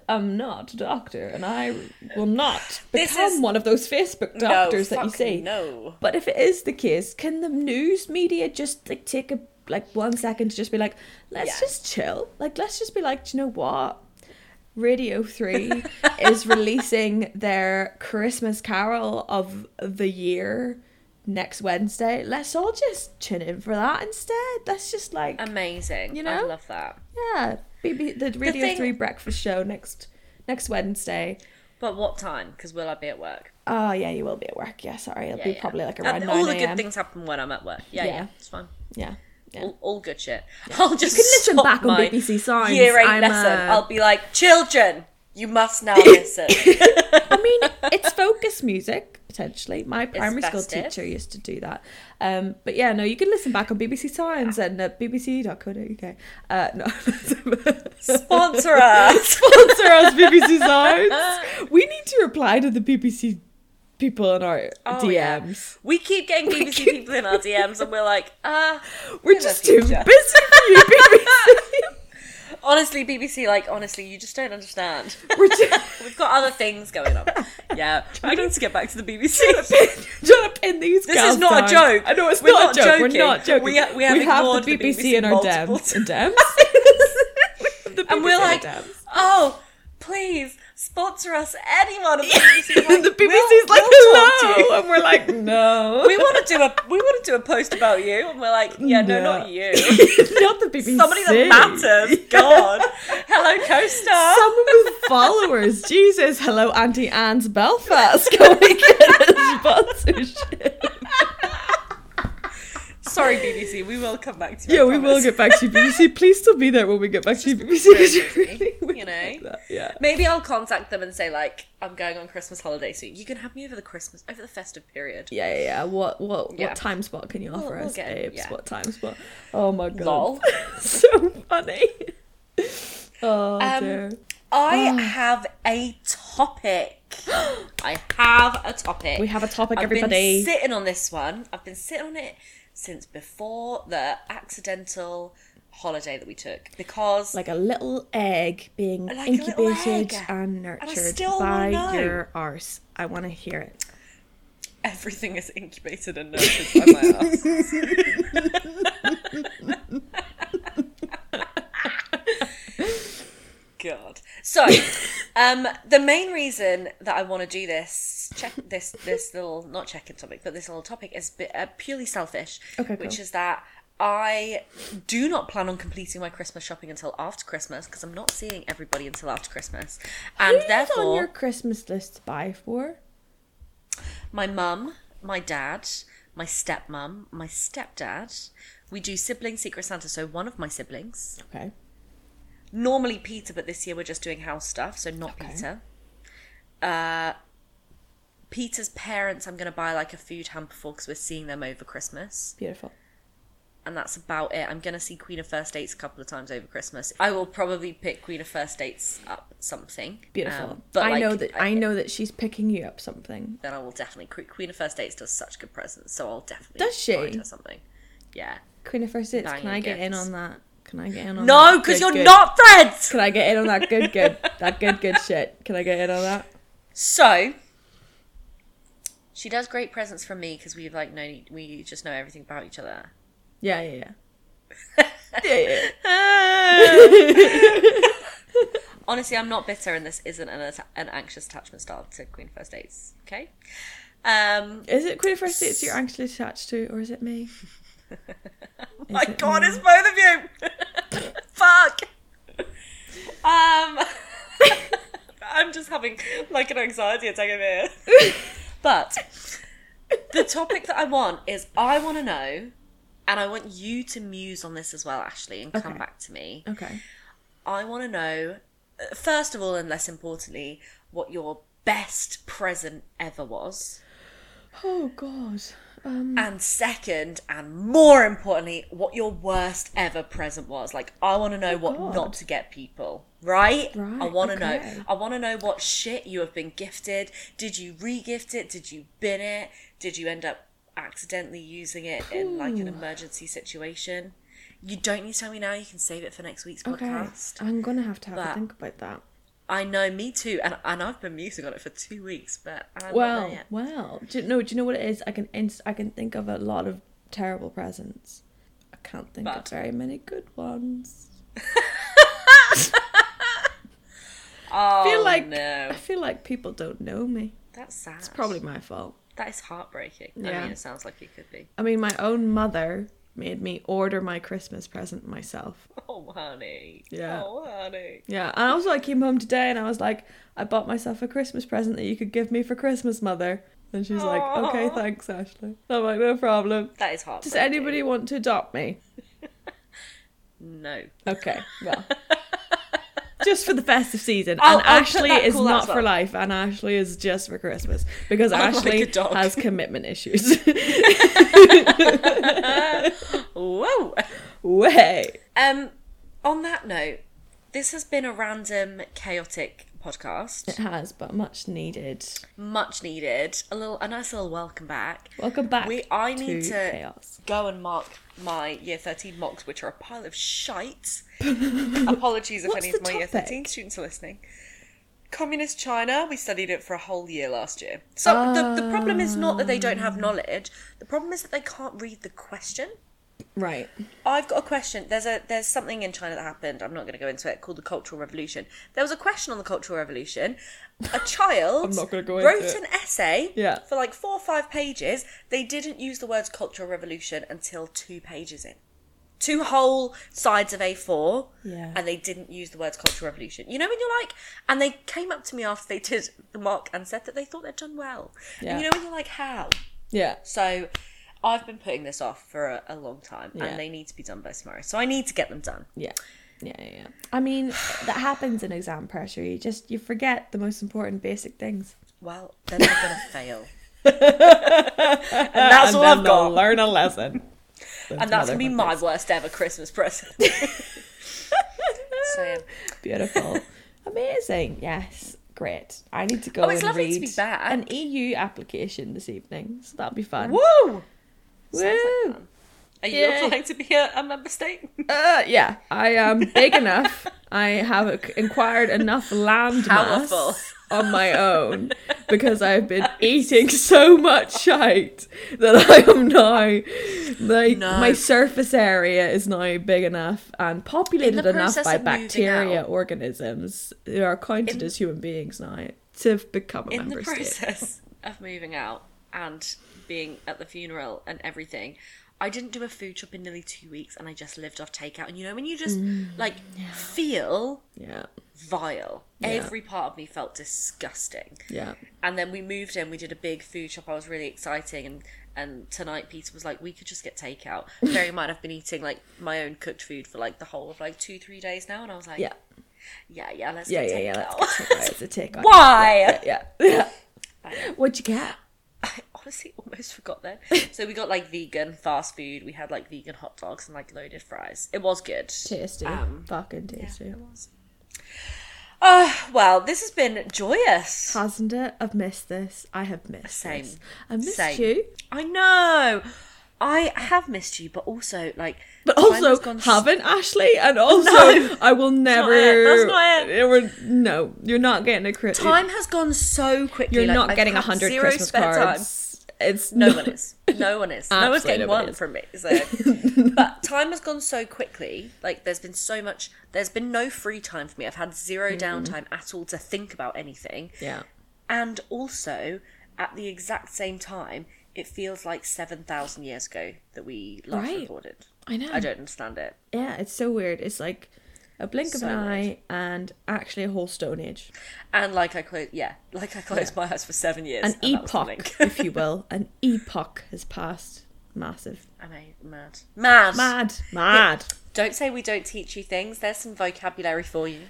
[SPEAKER 1] am not a doctor and i will not
[SPEAKER 2] This
[SPEAKER 1] become
[SPEAKER 2] is-
[SPEAKER 1] one of those facebook doctors
[SPEAKER 2] no,
[SPEAKER 1] that you
[SPEAKER 2] fuck
[SPEAKER 1] see
[SPEAKER 2] No.
[SPEAKER 1] but if it is the case, can the news media just like take a like one second to just be like, let's
[SPEAKER 2] Yeah.
[SPEAKER 1] just chill. Like let's just be like, do you know what? Radio 3 is releasing their Christmas Carol of the year next Wednesday. Let's all just tune in for that instead. Let's just like
[SPEAKER 2] Um, Amazing.
[SPEAKER 1] You
[SPEAKER 2] You
[SPEAKER 1] know?
[SPEAKER 2] I love that.
[SPEAKER 1] yeah, BB, the Radio
[SPEAKER 2] thing-
[SPEAKER 1] 3 breakfast show next next Wednesday.
[SPEAKER 2] But what time? Because will I be at work?
[SPEAKER 1] Oh yeah, you will be at work. Yeah, sorry. It'll
[SPEAKER 2] Yeah,
[SPEAKER 1] be
[SPEAKER 2] yeah.
[SPEAKER 1] probably like
[SPEAKER 2] And
[SPEAKER 1] around 9
[SPEAKER 2] all the good
[SPEAKER 1] a.m..
[SPEAKER 2] things happen when I'm at work. Yeah,
[SPEAKER 1] Yeah.
[SPEAKER 2] yeah, it's fine.
[SPEAKER 1] Yeah. Yeah.
[SPEAKER 2] All, all good shit. I'll just
[SPEAKER 1] can listen
[SPEAKER 2] stop
[SPEAKER 1] back on
[SPEAKER 2] my
[SPEAKER 1] BBC Science.
[SPEAKER 2] Year eight
[SPEAKER 1] I'm,
[SPEAKER 2] lesson.
[SPEAKER 1] uh,
[SPEAKER 2] I'll be like, children, you must now listen.
[SPEAKER 1] I mean, it's focus music potentially. My primary school
[SPEAKER 2] festive.
[SPEAKER 1] teacher used to do that. Um, but yeah, no, you can listen back on BBC Science and uh, bbc.co.uk. Uh, no,
[SPEAKER 2] Sponsor us.
[SPEAKER 1] sponsor us, BBC Science. We need to reply to the BBC people in our
[SPEAKER 2] Oh, yeah.
[SPEAKER 1] DMs.
[SPEAKER 2] We keep getting BBC people in our DMs, and we're like, ah.
[SPEAKER 1] We're
[SPEAKER 2] In the
[SPEAKER 1] just too busy
[SPEAKER 2] future.
[SPEAKER 1] for you, BBC.
[SPEAKER 2] honestly, BBC, like, honestly, you just don't understand.
[SPEAKER 1] We're just.
[SPEAKER 2] We've got other things going on. Yeah, we need to get back to the BBC.
[SPEAKER 1] Trying to pin these
[SPEAKER 2] This
[SPEAKER 1] girls
[SPEAKER 2] is not a
[SPEAKER 1] down.
[SPEAKER 2] joke.
[SPEAKER 1] I know it's
[SPEAKER 2] We're
[SPEAKER 1] not, a
[SPEAKER 2] not
[SPEAKER 1] joke. We're
[SPEAKER 2] joking.
[SPEAKER 1] not joking.
[SPEAKER 2] We ha- we have ignored the BBC
[SPEAKER 1] in our
[SPEAKER 2] multiple
[SPEAKER 1] dams. In dams. The
[SPEAKER 2] and we're
[SPEAKER 1] BBC in our
[SPEAKER 2] like,
[SPEAKER 1] dams.
[SPEAKER 2] oh, please sponsor us, anyone. And the BBC's
[SPEAKER 1] and the BBC's like, hello, and we're like, no,
[SPEAKER 2] We want to do a we want to do a post about you, and we're like, yeah, no,
[SPEAKER 1] No.
[SPEAKER 2] not you.
[SPEAKER 1] not the BBC.
[SPEAKER 2] Somebody that matters. God, hello, co-star.
[SPEAKER 1] Someone with followers. Jesus, hello, Auntie Anne's Belfast. Can we get a sponsorship?
[SPEAKER 2] Sorry, BBC. We will come back to you. I
[SPEAKER 1] Yeah, we will
[SPEAKER 2] promise.
[SPEAKER 1] get back to you, BBC. Please still be there when we get back to you, BBC. because you really would
[SPEAKER 2] you know?
[SPEAKER 1] like that. yeah.
[SPEAKER 2] Maybe I'll contact them and say like, I'm going on Christmas holiday soon. You can have me over the Christmas over the festive period.
[SPEAKER 1] Yeah, yeah, yeah. What what
[SPEAKER 2] Yeah.
[SPEAKER 1] what time spot can you offer
[SPEAKER 2] we'll
[SPEAKER 1] us,
[SPEAKER 2] get-
[SPEAKER 1] babes?
[SPEAKER 2] yeah.
[SPEAKER 1] What time spot? Oh my god.
[SPEAKER 2] Lol.
[SPEAKER 1] so funny. Oh
[SPEAKER 2] Um,
[SPEAKER 1] dear.
[SPEAKER 2] I
[SPEAKER 1] Oh.
[SPEAKER 2] have a topic. I have a topic.
[SPEAKER 1] We have a topic,
[SPEAKER 2] I've
[SPEAKER 1] everybody.
[SPEAKER 2] Been sitting on this one. I've been sitting on it since before the accidental holiday that we took because
[SPEAKER 1] Like a little egg being
[SPEAKER 2] Like a little
[SPEAKER 1] incubated
[SPEAKER 2] egg.
[SPEAKER 1] and
[SPEAKER 2] I
[SPEAKER 1] nurtured
[SPEAKER 2] still
[SPEAKER 1] by
[SPEAKER 2] wanna know.
[SPEAKER 1] your arse. I want to hear it.
[SPEAKER 2] everything is incubated and nurtured by my ass. God. So, um, the main reason that I want to do this check this this little not check-in topic, but this little topic is bi- uh, purely selfish,
[SPEAKER 1] Okay,
[SPEAKER 2] which
[SPEAKER 1] cool.
[SPEAKER 2] is that I do not plan on completing my Christmas shopping until after Christmas because I'm not seeing everybody until after Christmas. And
[SPEAKER 1] Who's
[SPEAKER 2] therefore,
[SPEAKER 1] on your Christmas list to buy for?
[SPEAKER 2] my mum, my dad, my stepmum, my stepdad, we do sibling Secret Santa, so one of my siblings.
[SPEAKER 1] Okay.
[SPEAKER 2] Normally Peter, but this year we're just doing house stuff, so not
[SPEAKER 1] Okay.
[SPEAKER 2] Peter. Uh, Peter's parents, I'm going to buy like a food hamper for because we're seeing them over Christmas.
[SPEAKER 1] Beautiful.
[SPEAKER 2] and that's about it. I'm gonna see Queen of First Dates a couple of times over Christmas. I will probably pick Queen of First Dates up something
[SPEAKER 1] Beautiful.
[SPEAKER 2] Um,
[SPEAKER 1] I
[SPEAKER 2] like,
[SPEAKER 1] know that I, know that she's picking you up something.
[SPEAKER 2] Then I will definitely Que- Queen of First Dates does such good presents, so I'll definitely
[SPEAKER 1] Does she?
[SPEAKER 2] find her something. Yeah.
[SPEAKER 1] Queen of First Dates,
[SPEAKER 2] Banging
[SPEAKER 1] can I get in
[SPEAKER 2] gifts.
[SPEAKER 1] on that? Can I get in on that?
[SPEAKER 2] No, because
[SPEAKER 1] Oh, Good, good.
[SPEAKER 2] you're not friends.
[SPEAKER 1] Can I get in on that good good that good good shit? Can I get in on that?
[SPEAKER 2] So she does great presents from me because we've like known e- we just know everything about each other.
[SPEAKER 1] Yeah, yeah, yeah. yeah, yeah.
[SPEAKER 2] Honestly, I'm not bitter, and this isn't an, atta- an anxious attachment style to Queen of First Dates. Okay. Um,
[SPEAKER 1] Is it Queen of First Dates you're actually attached to, or is it me?
[SPEAKER 2] my
[SPEAKER 1] it
[SPEAKER 2] god,
[SPEAKER 1] me?
[SPEAKER 2] it's both of you. Fuck. Um, I'm just having like an anxiety attack over here. But the topic that I want is I want to know, and I want you to muse on this as well, Ashley, and come
[SPEAKER 1] Okay.
[SPEAKER 2] back to me.
[SPEAKER 1] Okay.
[SPEAKER 2] I want to know, uh, first of all, and less importantly, what your best present ever was.
[SPEAKER 1] Oh God. Um.
[SPEAKER 2] And second, and more importantly, what your worst ever present was. Like, I want to know what
[SPEAKER 1] Oh, God.
[SPEAKER 2] not to get people, right?
[SPEAKER 1] Right,
[SPEAKER 2] I want to
[SPEAKER 1] okay.
[SPEAKER 2] know. I want to know what shit you have been gifted. Did you re gift it? Did you bin it? Did you end up accidentally using it in like an emergency situation? You don't need to tell me now. You can save it for next week's
[SPEAKER 1] Okay.
[SPEAKER 2] podcast.
[SPEAKER 1] I'm gonna have to have a
[SPEAKER 2] But-
[SPEAKER 1] think about that.
[SPEAKER 2] I know, me too, and and I've been musing on it for two weeks, but I'm not there
[SPEAKER 1] Well,
[SPEAKER 2] yet.
[SPEAKER 1] well. Do you, no, do you know what it is? I can inst- I can think of a lot of terrible presents. I can't think of
[SPEAKER 2] Bad.
[SPEAKER 1] very many good ones.
[SPEAKER 2] Oh,
[SPEAKER 1] I feel like I
[SPEAKER 2] no,
[SPEAKER 1] feel like people don't know me.
[SPEAKER 2] that's sad.
[SPEAKER 1] It's probably my fault.
[SPEAKER 2] that is heartbreaking. I
[SPEAKER 1] Yeah.
[SPEAKER 2] mean, it sounds like it could be.
[SPEAKER 1] I mean, my own mother made me order my Christmas present myself.
[SPEAKER 2] Oh, honey.
[SPEAKER 1] Yeah.
[SPEAKER 2] Oh, honey.
[SPEAKER 1] Yeah, and also I came home today and I was like, I bought myself a Christmas present that you could give me for Christmas, mother. And she's like, okay,
[SPEAKER 2] Aw.
[SPEAKER 1] thanks, Ashley. I'm like, no problem.
[SPEAKER 2] That is heartbreaking.
[SPEAKER 1] Does anybody want to adopt me?
[SPEAKER 2] No.
[SPEAKER 1] Okay, well. just for the festive season.
[SPEAKER 2] I'll-
[SPEAKER 1] and
[SPEAKER 2] I'll put
[SPEAKER 1] Ashley
[SPEAKER 2] that
[SPEAKER 1] is
[SPEAKER 2] call out
[SPEAKER 1] not
[SPEAKER 2] as
[SPEAKER 1] for
[SPEAKER 2] well.
[SPEAKER 1] life, and Ashley is just for Christmas because
[SPEAKER 2] Unlike
[SPEAKER 1] Ashley
[SPEAKER 2] a dog.
[SPEAKER 1] has commitment issues.
[SPEAKER 2] Whoa.
[SPEAKER 1] Way.
[SPEAKER 2] Um. On that note, this has been a random, chaotic podcast.
[SPEAKER 1] It has, but much needed.
[SPEAKER 2] Much needed. A little, a nice little welcome back.
[SPEAKER 1] Welcome back.
[SPEAKER 2] We- I need to-
[SPEAKER 1] chaos.
[SPEAKER 2] Go and mark my year 13 mocks, which are a pile of shite. Apologies if
[SPEAKER 1] What's
[SPEAKER 2] any of
[SPEAKER 1] the
[SPEAKER 2] my year
[SPEAKER 1] topic?
[SPEAKER 2] 13 students are listening. Communist China, we studied it for a whole year last year. So the, the problem is not that they don't
[SPEAKER 1] Ah.
[SPEAKER 2] have knowledge, the problem is that they can't read the question.
[SPEAKER 1] Right.
[SPEAKER 2] I've got a question. There's a there's something in China that happened. I'm not going to go into it. Called the Cultural Revolution. There was a question on the Cultural Revolution. A child
[SPEAKER 1] I'm not gonna go into
[SPEAKER 2] wrote
[SPEAKER 1] it.
[SPEAKER 2] an essay
[SPEAKER 1] Yeah.
[SPEAKER 2] for like four or five pages. They didn't use the words Cultural Revolution until two pages in, two whole sides of A4.
[SPEAKER 1] Yeah.
[SPEAKER 2] And they didn't use the words Cultural Revolution. You know when you're like, and they came up to me after they did the mock and said that they thought they'd done well.
[SPEAKER 1] Yeah.
[SPEAKER 2] And you know when you're like, how?
[SPEAKER 1] Yeah.
[SPEAKER 2] So I've been putting this off for a, a long time,
[SPEAKER 1] Yeah.
[SPEAKER 2] and they need to be done by tomorrow. So I need to get them done.
[SPEAKER 1] Yeah. Yeah, yeah, yeah. I mean, that happens in exam pressure. You just you forget the most important basic things.
[SPEAKER 2] Well, then they're gonna fail. and that's all I've got.
[SPEAKER 1] Learn a lesson.
[SPEAKER 2] and that's gonna be my worst ever Christmas present. so yeah.
[SPEAKER 1] Beautiful. Amazing. Yes. Great. I need to go
[SPEAKER 2] Oh, it's
[SPEAKER 1] and
[SPEAKER 2] lovely to
[SPEAKER 1] read
[SPEAKER 2] be back.
[SPEAKER 1] an EU application this evening, so that'll be fun.
[SPEAKER 2] Woo! Sounds
[SPEAKER 1] Woo!
[SPEAKER 2] like fun. Are you
[SPEAKER 1] Yay.
[SPEAKER 2] applying to be a, a member state?
[SPEAKER 1] Uh, yeah, I am big enough. I have acquired enough land mass
[SPEAKER 2] Powerful.
[SPEAKER 1] on my own because I've been eating so much shite that I am now like
[SPEAKER 2] No.
[SPEAKER 1] my surface area is now big enough and populated enough
[SPEAKER 2] process
[SPEAKER 1] by
[SPEAKER 2] of moving
[SPEAKER 1] bacteria
[SPEAKER 2] out-
[SPEAKER 1] organisms who are counted
[SPEAKER 2] In-
[SPEAKER 1] as human beings now to become a
[SPEAKER 2] In
[SPEAKER 1] member
[SPEAKER 2] the
[SPEAKER 1] state.
[SPEAKER 2] process of moving out and being at the funeral and everything, I didn't do a food shop in nearly two weeks and I just lived off takeout. And you know, when you just
[SPEAKER 1] Mm.
[SPEAKER 2] like feel
[SPEAKER 1] Yeah.
[SPEAKER 2] vile,
[SPEAKER 1] Yeah.
[SPEAKER 2] every part of me felt disgusting.
[SPEAKER 1] Yeah.
[SPEAKER 2] And then we moved in, we did a big food shop. I was really exciting and and tonight Peter was like, We could just get takeout. Bearing in mind I've been eating like my own cooked food for like the whole of like two, three days now and I was like,
[SPEAKER 1] Yeah.
[SPEAKER 2] Yeah, yeah, let's
[SPEAKER 1] Yeah.
[SPEAKER 2] get
[SPEAKER 1] Yeah.
[SPEAKER 2] takeout.
[SPEAKER 1] Yeah. Let's get takeout. It's a takeout.
[SPEAKER 2] Why?
[SPEAKER 1] Yeah. yeah.
[SPEAKER 2] Bang.
[SPEAKER 1] What'd you get?
[SPEAKER 2] I honestly almost forgot that. So we got like vegan fast food, we had like vegan hot dogs and like loaded fries. It was good.
[SPEAKER 1] Tasty.
[SPEAKER 2] Um,
[SPEAKER 1] Fucking tasty.
[SPEAKER 2] It was. Oh, well, this has been joyous.
[SPEAKER 1] Hasn't it? I've missed this. I have missed
[SPEAKER 2] Same.
[SPEAKER 1] this. I missed
[SPEAKER 2] Same.
[SPEAKER 1] you.
[SPEAKER 2] I know. I have missed you, but also like,
[SPEAKER 1] But
[SPEAKER 2] time
[SPEAKER 1] also
[SPEAKER 2] has gone s-
[SPEAKER 1] haven't Ashley, and also I will never.
[SPEAKER 2] it. That's not it.
[SPEAKER 1] There were- no, you're not getting a crit.
[SPEAKER 2] time has gone so quickly.
[SPEAKER 1] You're
[SPEAKER 2] like,
[SPEAKER 1] not
[SPEAKER 2] I've
[SPEAKER 1] getting a
[SPEAKER 2] had
[SPEAKER 1] hundred
[SPEAKER 2] zero
[SPEAKER 1] Christmas
[SPEAKER 2] spare time.
[SPEAKER 1] cards. It's
[SPEAKER 2] No
[SPEAKER 1] not-
[SPEAKER 2] one is. No one is. no one's
[SPEAKER 1] Absolutely
[SPEAKER 2] getting
[SPEAKER 1] nobody
[SPEAKER 2] one
[SPEAKER 1] is.
[SPEAKER 2] from me. So. but time has gone so quickly. Like there's been so much. There's been no free time for me. I've had 0 downtime at all to think about anything.
[SPEAKER 1] Yeah.
[SPEAKER 2] And also, at the exact same time, it feels like seven thousand years ago that we last
[SPEAKER 1] Right.
[SPEAKER 2] recorded.
[SPEAKER 1] I know.
[SPEAKER 2] I don't understand it.
[SPEAKER 1] Yeah, it's so weird. It's like a blink
[SPEAKER 2] So
[SPEAKER 1] of an
[SPEAKER 2] weird.
[SPEAKER 1] eye, and actually a whole stone age,
[SPEAKER 2] And like I close, yeah, like I closed my eyes for seven years.
[SPEAKER 1] an
[SPEAKER 2] and that was the
[SPEAKER 1] epoch,
[SPEAKER 2] link.
[SPEAKER 1] if you will. An epoch has passed. Massive.
[SPEAKER 2] Am I mad? Mad.
[SPEAKER 1] Mad. Mad.
[SPEAKER 2] Don't say we don't teach you things. There's some vocabulary for you.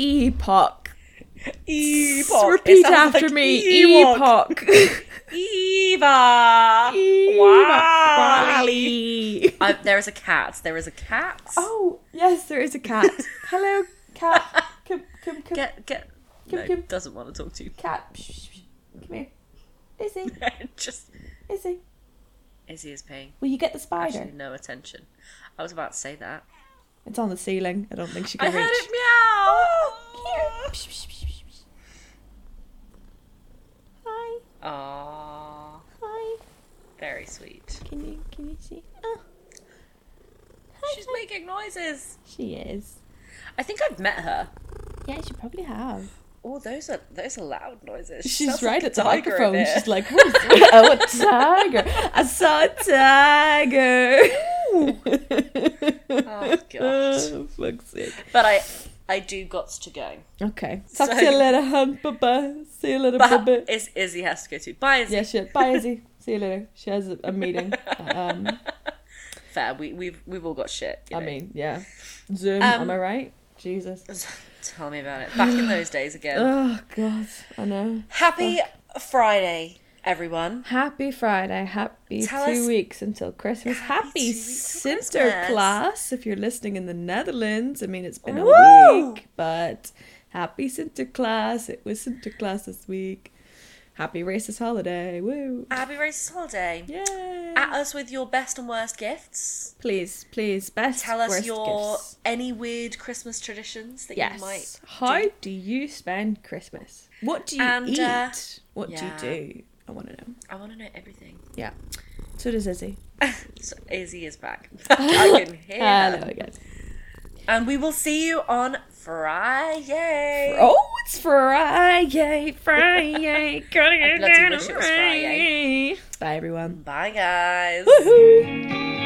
[SPEAKER 1] Epoch.
[SPEAKER 2] Epoch. It
[SPEAKER 1] Repeat
[SPEAKER 2] sounds
[SPEAKER 1] after
[SPEAKER 2] like
[SPEAKER 1] me.
[SPEAKER 2] Ewok.
[SPEAKER 1] Epoch.
[SPEAKER 2] Eva. Wally.
[SPEAKER 1] Wally.
[SPEAKER 2] I, there is a cat. There is a cat.
[SPEAKER 1] Oh, yes, there is a cat. Hello, cat. Come, come, come.
[SPEAKER 2] Get get.
[SPEAKER 1] Kim,
[SPEAKER 2] no,
[SPEAKER 1] Kim.
[SPEAKER 2] doesn't want to talk to you.
[SPEAKER 1] Cat. Psh, psh, psh. Come here. Izzy,
[SPEAKER 2] Just
[SPEAKER 1] Izzy,
[SPEAKER 2] Izzy is paying
[SPEAKER 1] will you get the spider?
[SPEAKER 2] actually no attention. I was about to say that.
[SPEAKER 1] It's on the ceiling. I don't think she
[SPEAKER 2] I
[SPEAKER 1] can
[SPEAKER 2] heard
[SPEAKER 1] reach.
[SPEAKER 2] it meow.
[SPEAKER 1] Psh, psh, psh, psh, psh. Hi,
[SPEAKER 2] Aww,
[SPEAKER 1] hi.
[SPEAKER 2] very sweet.
[SPEAKER 1] Can you can you see? Oh,
[SPEAKER 2] She's making noises.
[SPEAKER 1] she is.
[SPEAKER 2] I think I've met her.
[SPEAKER 1] Yeah, she probably have.
[SPEAKER 2] Oh, those are those are loud noises. She
[SPEAKER 1] She's
[SPEAKER 2] sounds like
[SPEAKER 1] right
[SPEAKER 2] a
[SPEAKER 1] at the
[SPEAKER 2] tiger in
[SPEAKER 1] microphone.
[SPEAKER 2] here.
[SPEAKER 1] She's like, "Who's that? oh, a tiger. I saw a tiger.
[SPEAKER 2] Oh, God.
[SPEAKER 1] fuck's sake.
[SPEAKER 2] but I I do gots to go.
[SPEAKER 1] Okay. Talk
[SPEAKER 2] So-
[SPEAKER 1] to you later, hun, bubba. See you later,
[SPEAKER 2] But
[SPEAKER 1] bubba.
[SPEAKER 2] is Izzy has to go too. Bye, Izzy.
[SPEAKER 1] Yeah, sure. Bye, Izzy. See you later. She has a, a meeting. Um,
[SPEAKER 2] Fair. We we've we've all got shit. you
[SPEAKER 1] I
[SPEAKER 2] know.
[SPEAKER 1] mean, yeah. Zoom,
[SPEAKER 2] Um,
[SPEAKER 1] am I right? Jesus.
[SPEAKER 2] tell me about it. Back in those days again.
[SPEAKER 1] Oh, God. I know.
[SPEAKER 2] Happy
[SPEAKER 1] uh.
[SPEAKER 2] Friday, everyone.
[SPEAKER 1] Happy Friday. Happy
[SPEAKER 2] Tell
[SPEAKER 1] two
[SPEAKER 2] us-
[SPEAKER 1] weeks until Christmas.
[SPEAKER 2] Happy two
[SPEAKER 1] Happy
[SPEAKER 2] weeks till Christmas.
[SPEAKER 1] Sinterklaas if you're listening in the Netherlands. I mean, it's been a
[SPEAKER 2] Woo!
[SPEAKER 1] week, but happy Sinterklaas. It was Sinterklaas this week. Happy racist holiday. Woo.
[SPEAKER 2] Happy racist holiday.
[SPEAKER 1] Yay.
[SPEAKER 2] At us with your best and worst gifts.
[SPEAKER 1] please, please, best
[SPEAKER 2] Tell us
[SPEAKER 1] worst
[SPEAKER 2] your
[SPEAKER 1] gifts.
[SPEAKER 2] any weird Christmas traditions that
[SPEAKER 1] Yes.
[SPEAKER 2] you might.
[SPEAKER 1] How do you spend Christmas? What do you
[SPEAKER 2] And,
[SPEAKER 1] eat?
[SPEAKER 2] uh,
[SPEAKER 1] what
[SPEAKER 2] yeah.
[SPEAKER 1] do you do? I want to know.
[SPEAKER 2] I want to know everything.
[SPEAKER 1] Yeah. So does Izzy.
[SPEAKER 2] so Izzy is back. I can hear. her.
[SPEAKER 1] Hello again.
[SPEAKER 2] And we will see you on Friday.
[SPEAKER 1] Oh, it's Friday, Friday. Gotta
[SPEAKER 2] I
[SPEAKER 1] get
[SPEAKER 2] bloody
[SPEAKER 1] down
[SPEAKER 2] wish
[SPEAKER 1] on
[SPEAKER 2] it was Friday.
[SPEAKER 1] Friday. Bye, everyone.
[SPEAKER 2] Bye, guys.
[SPEAKER 1] Woohoo!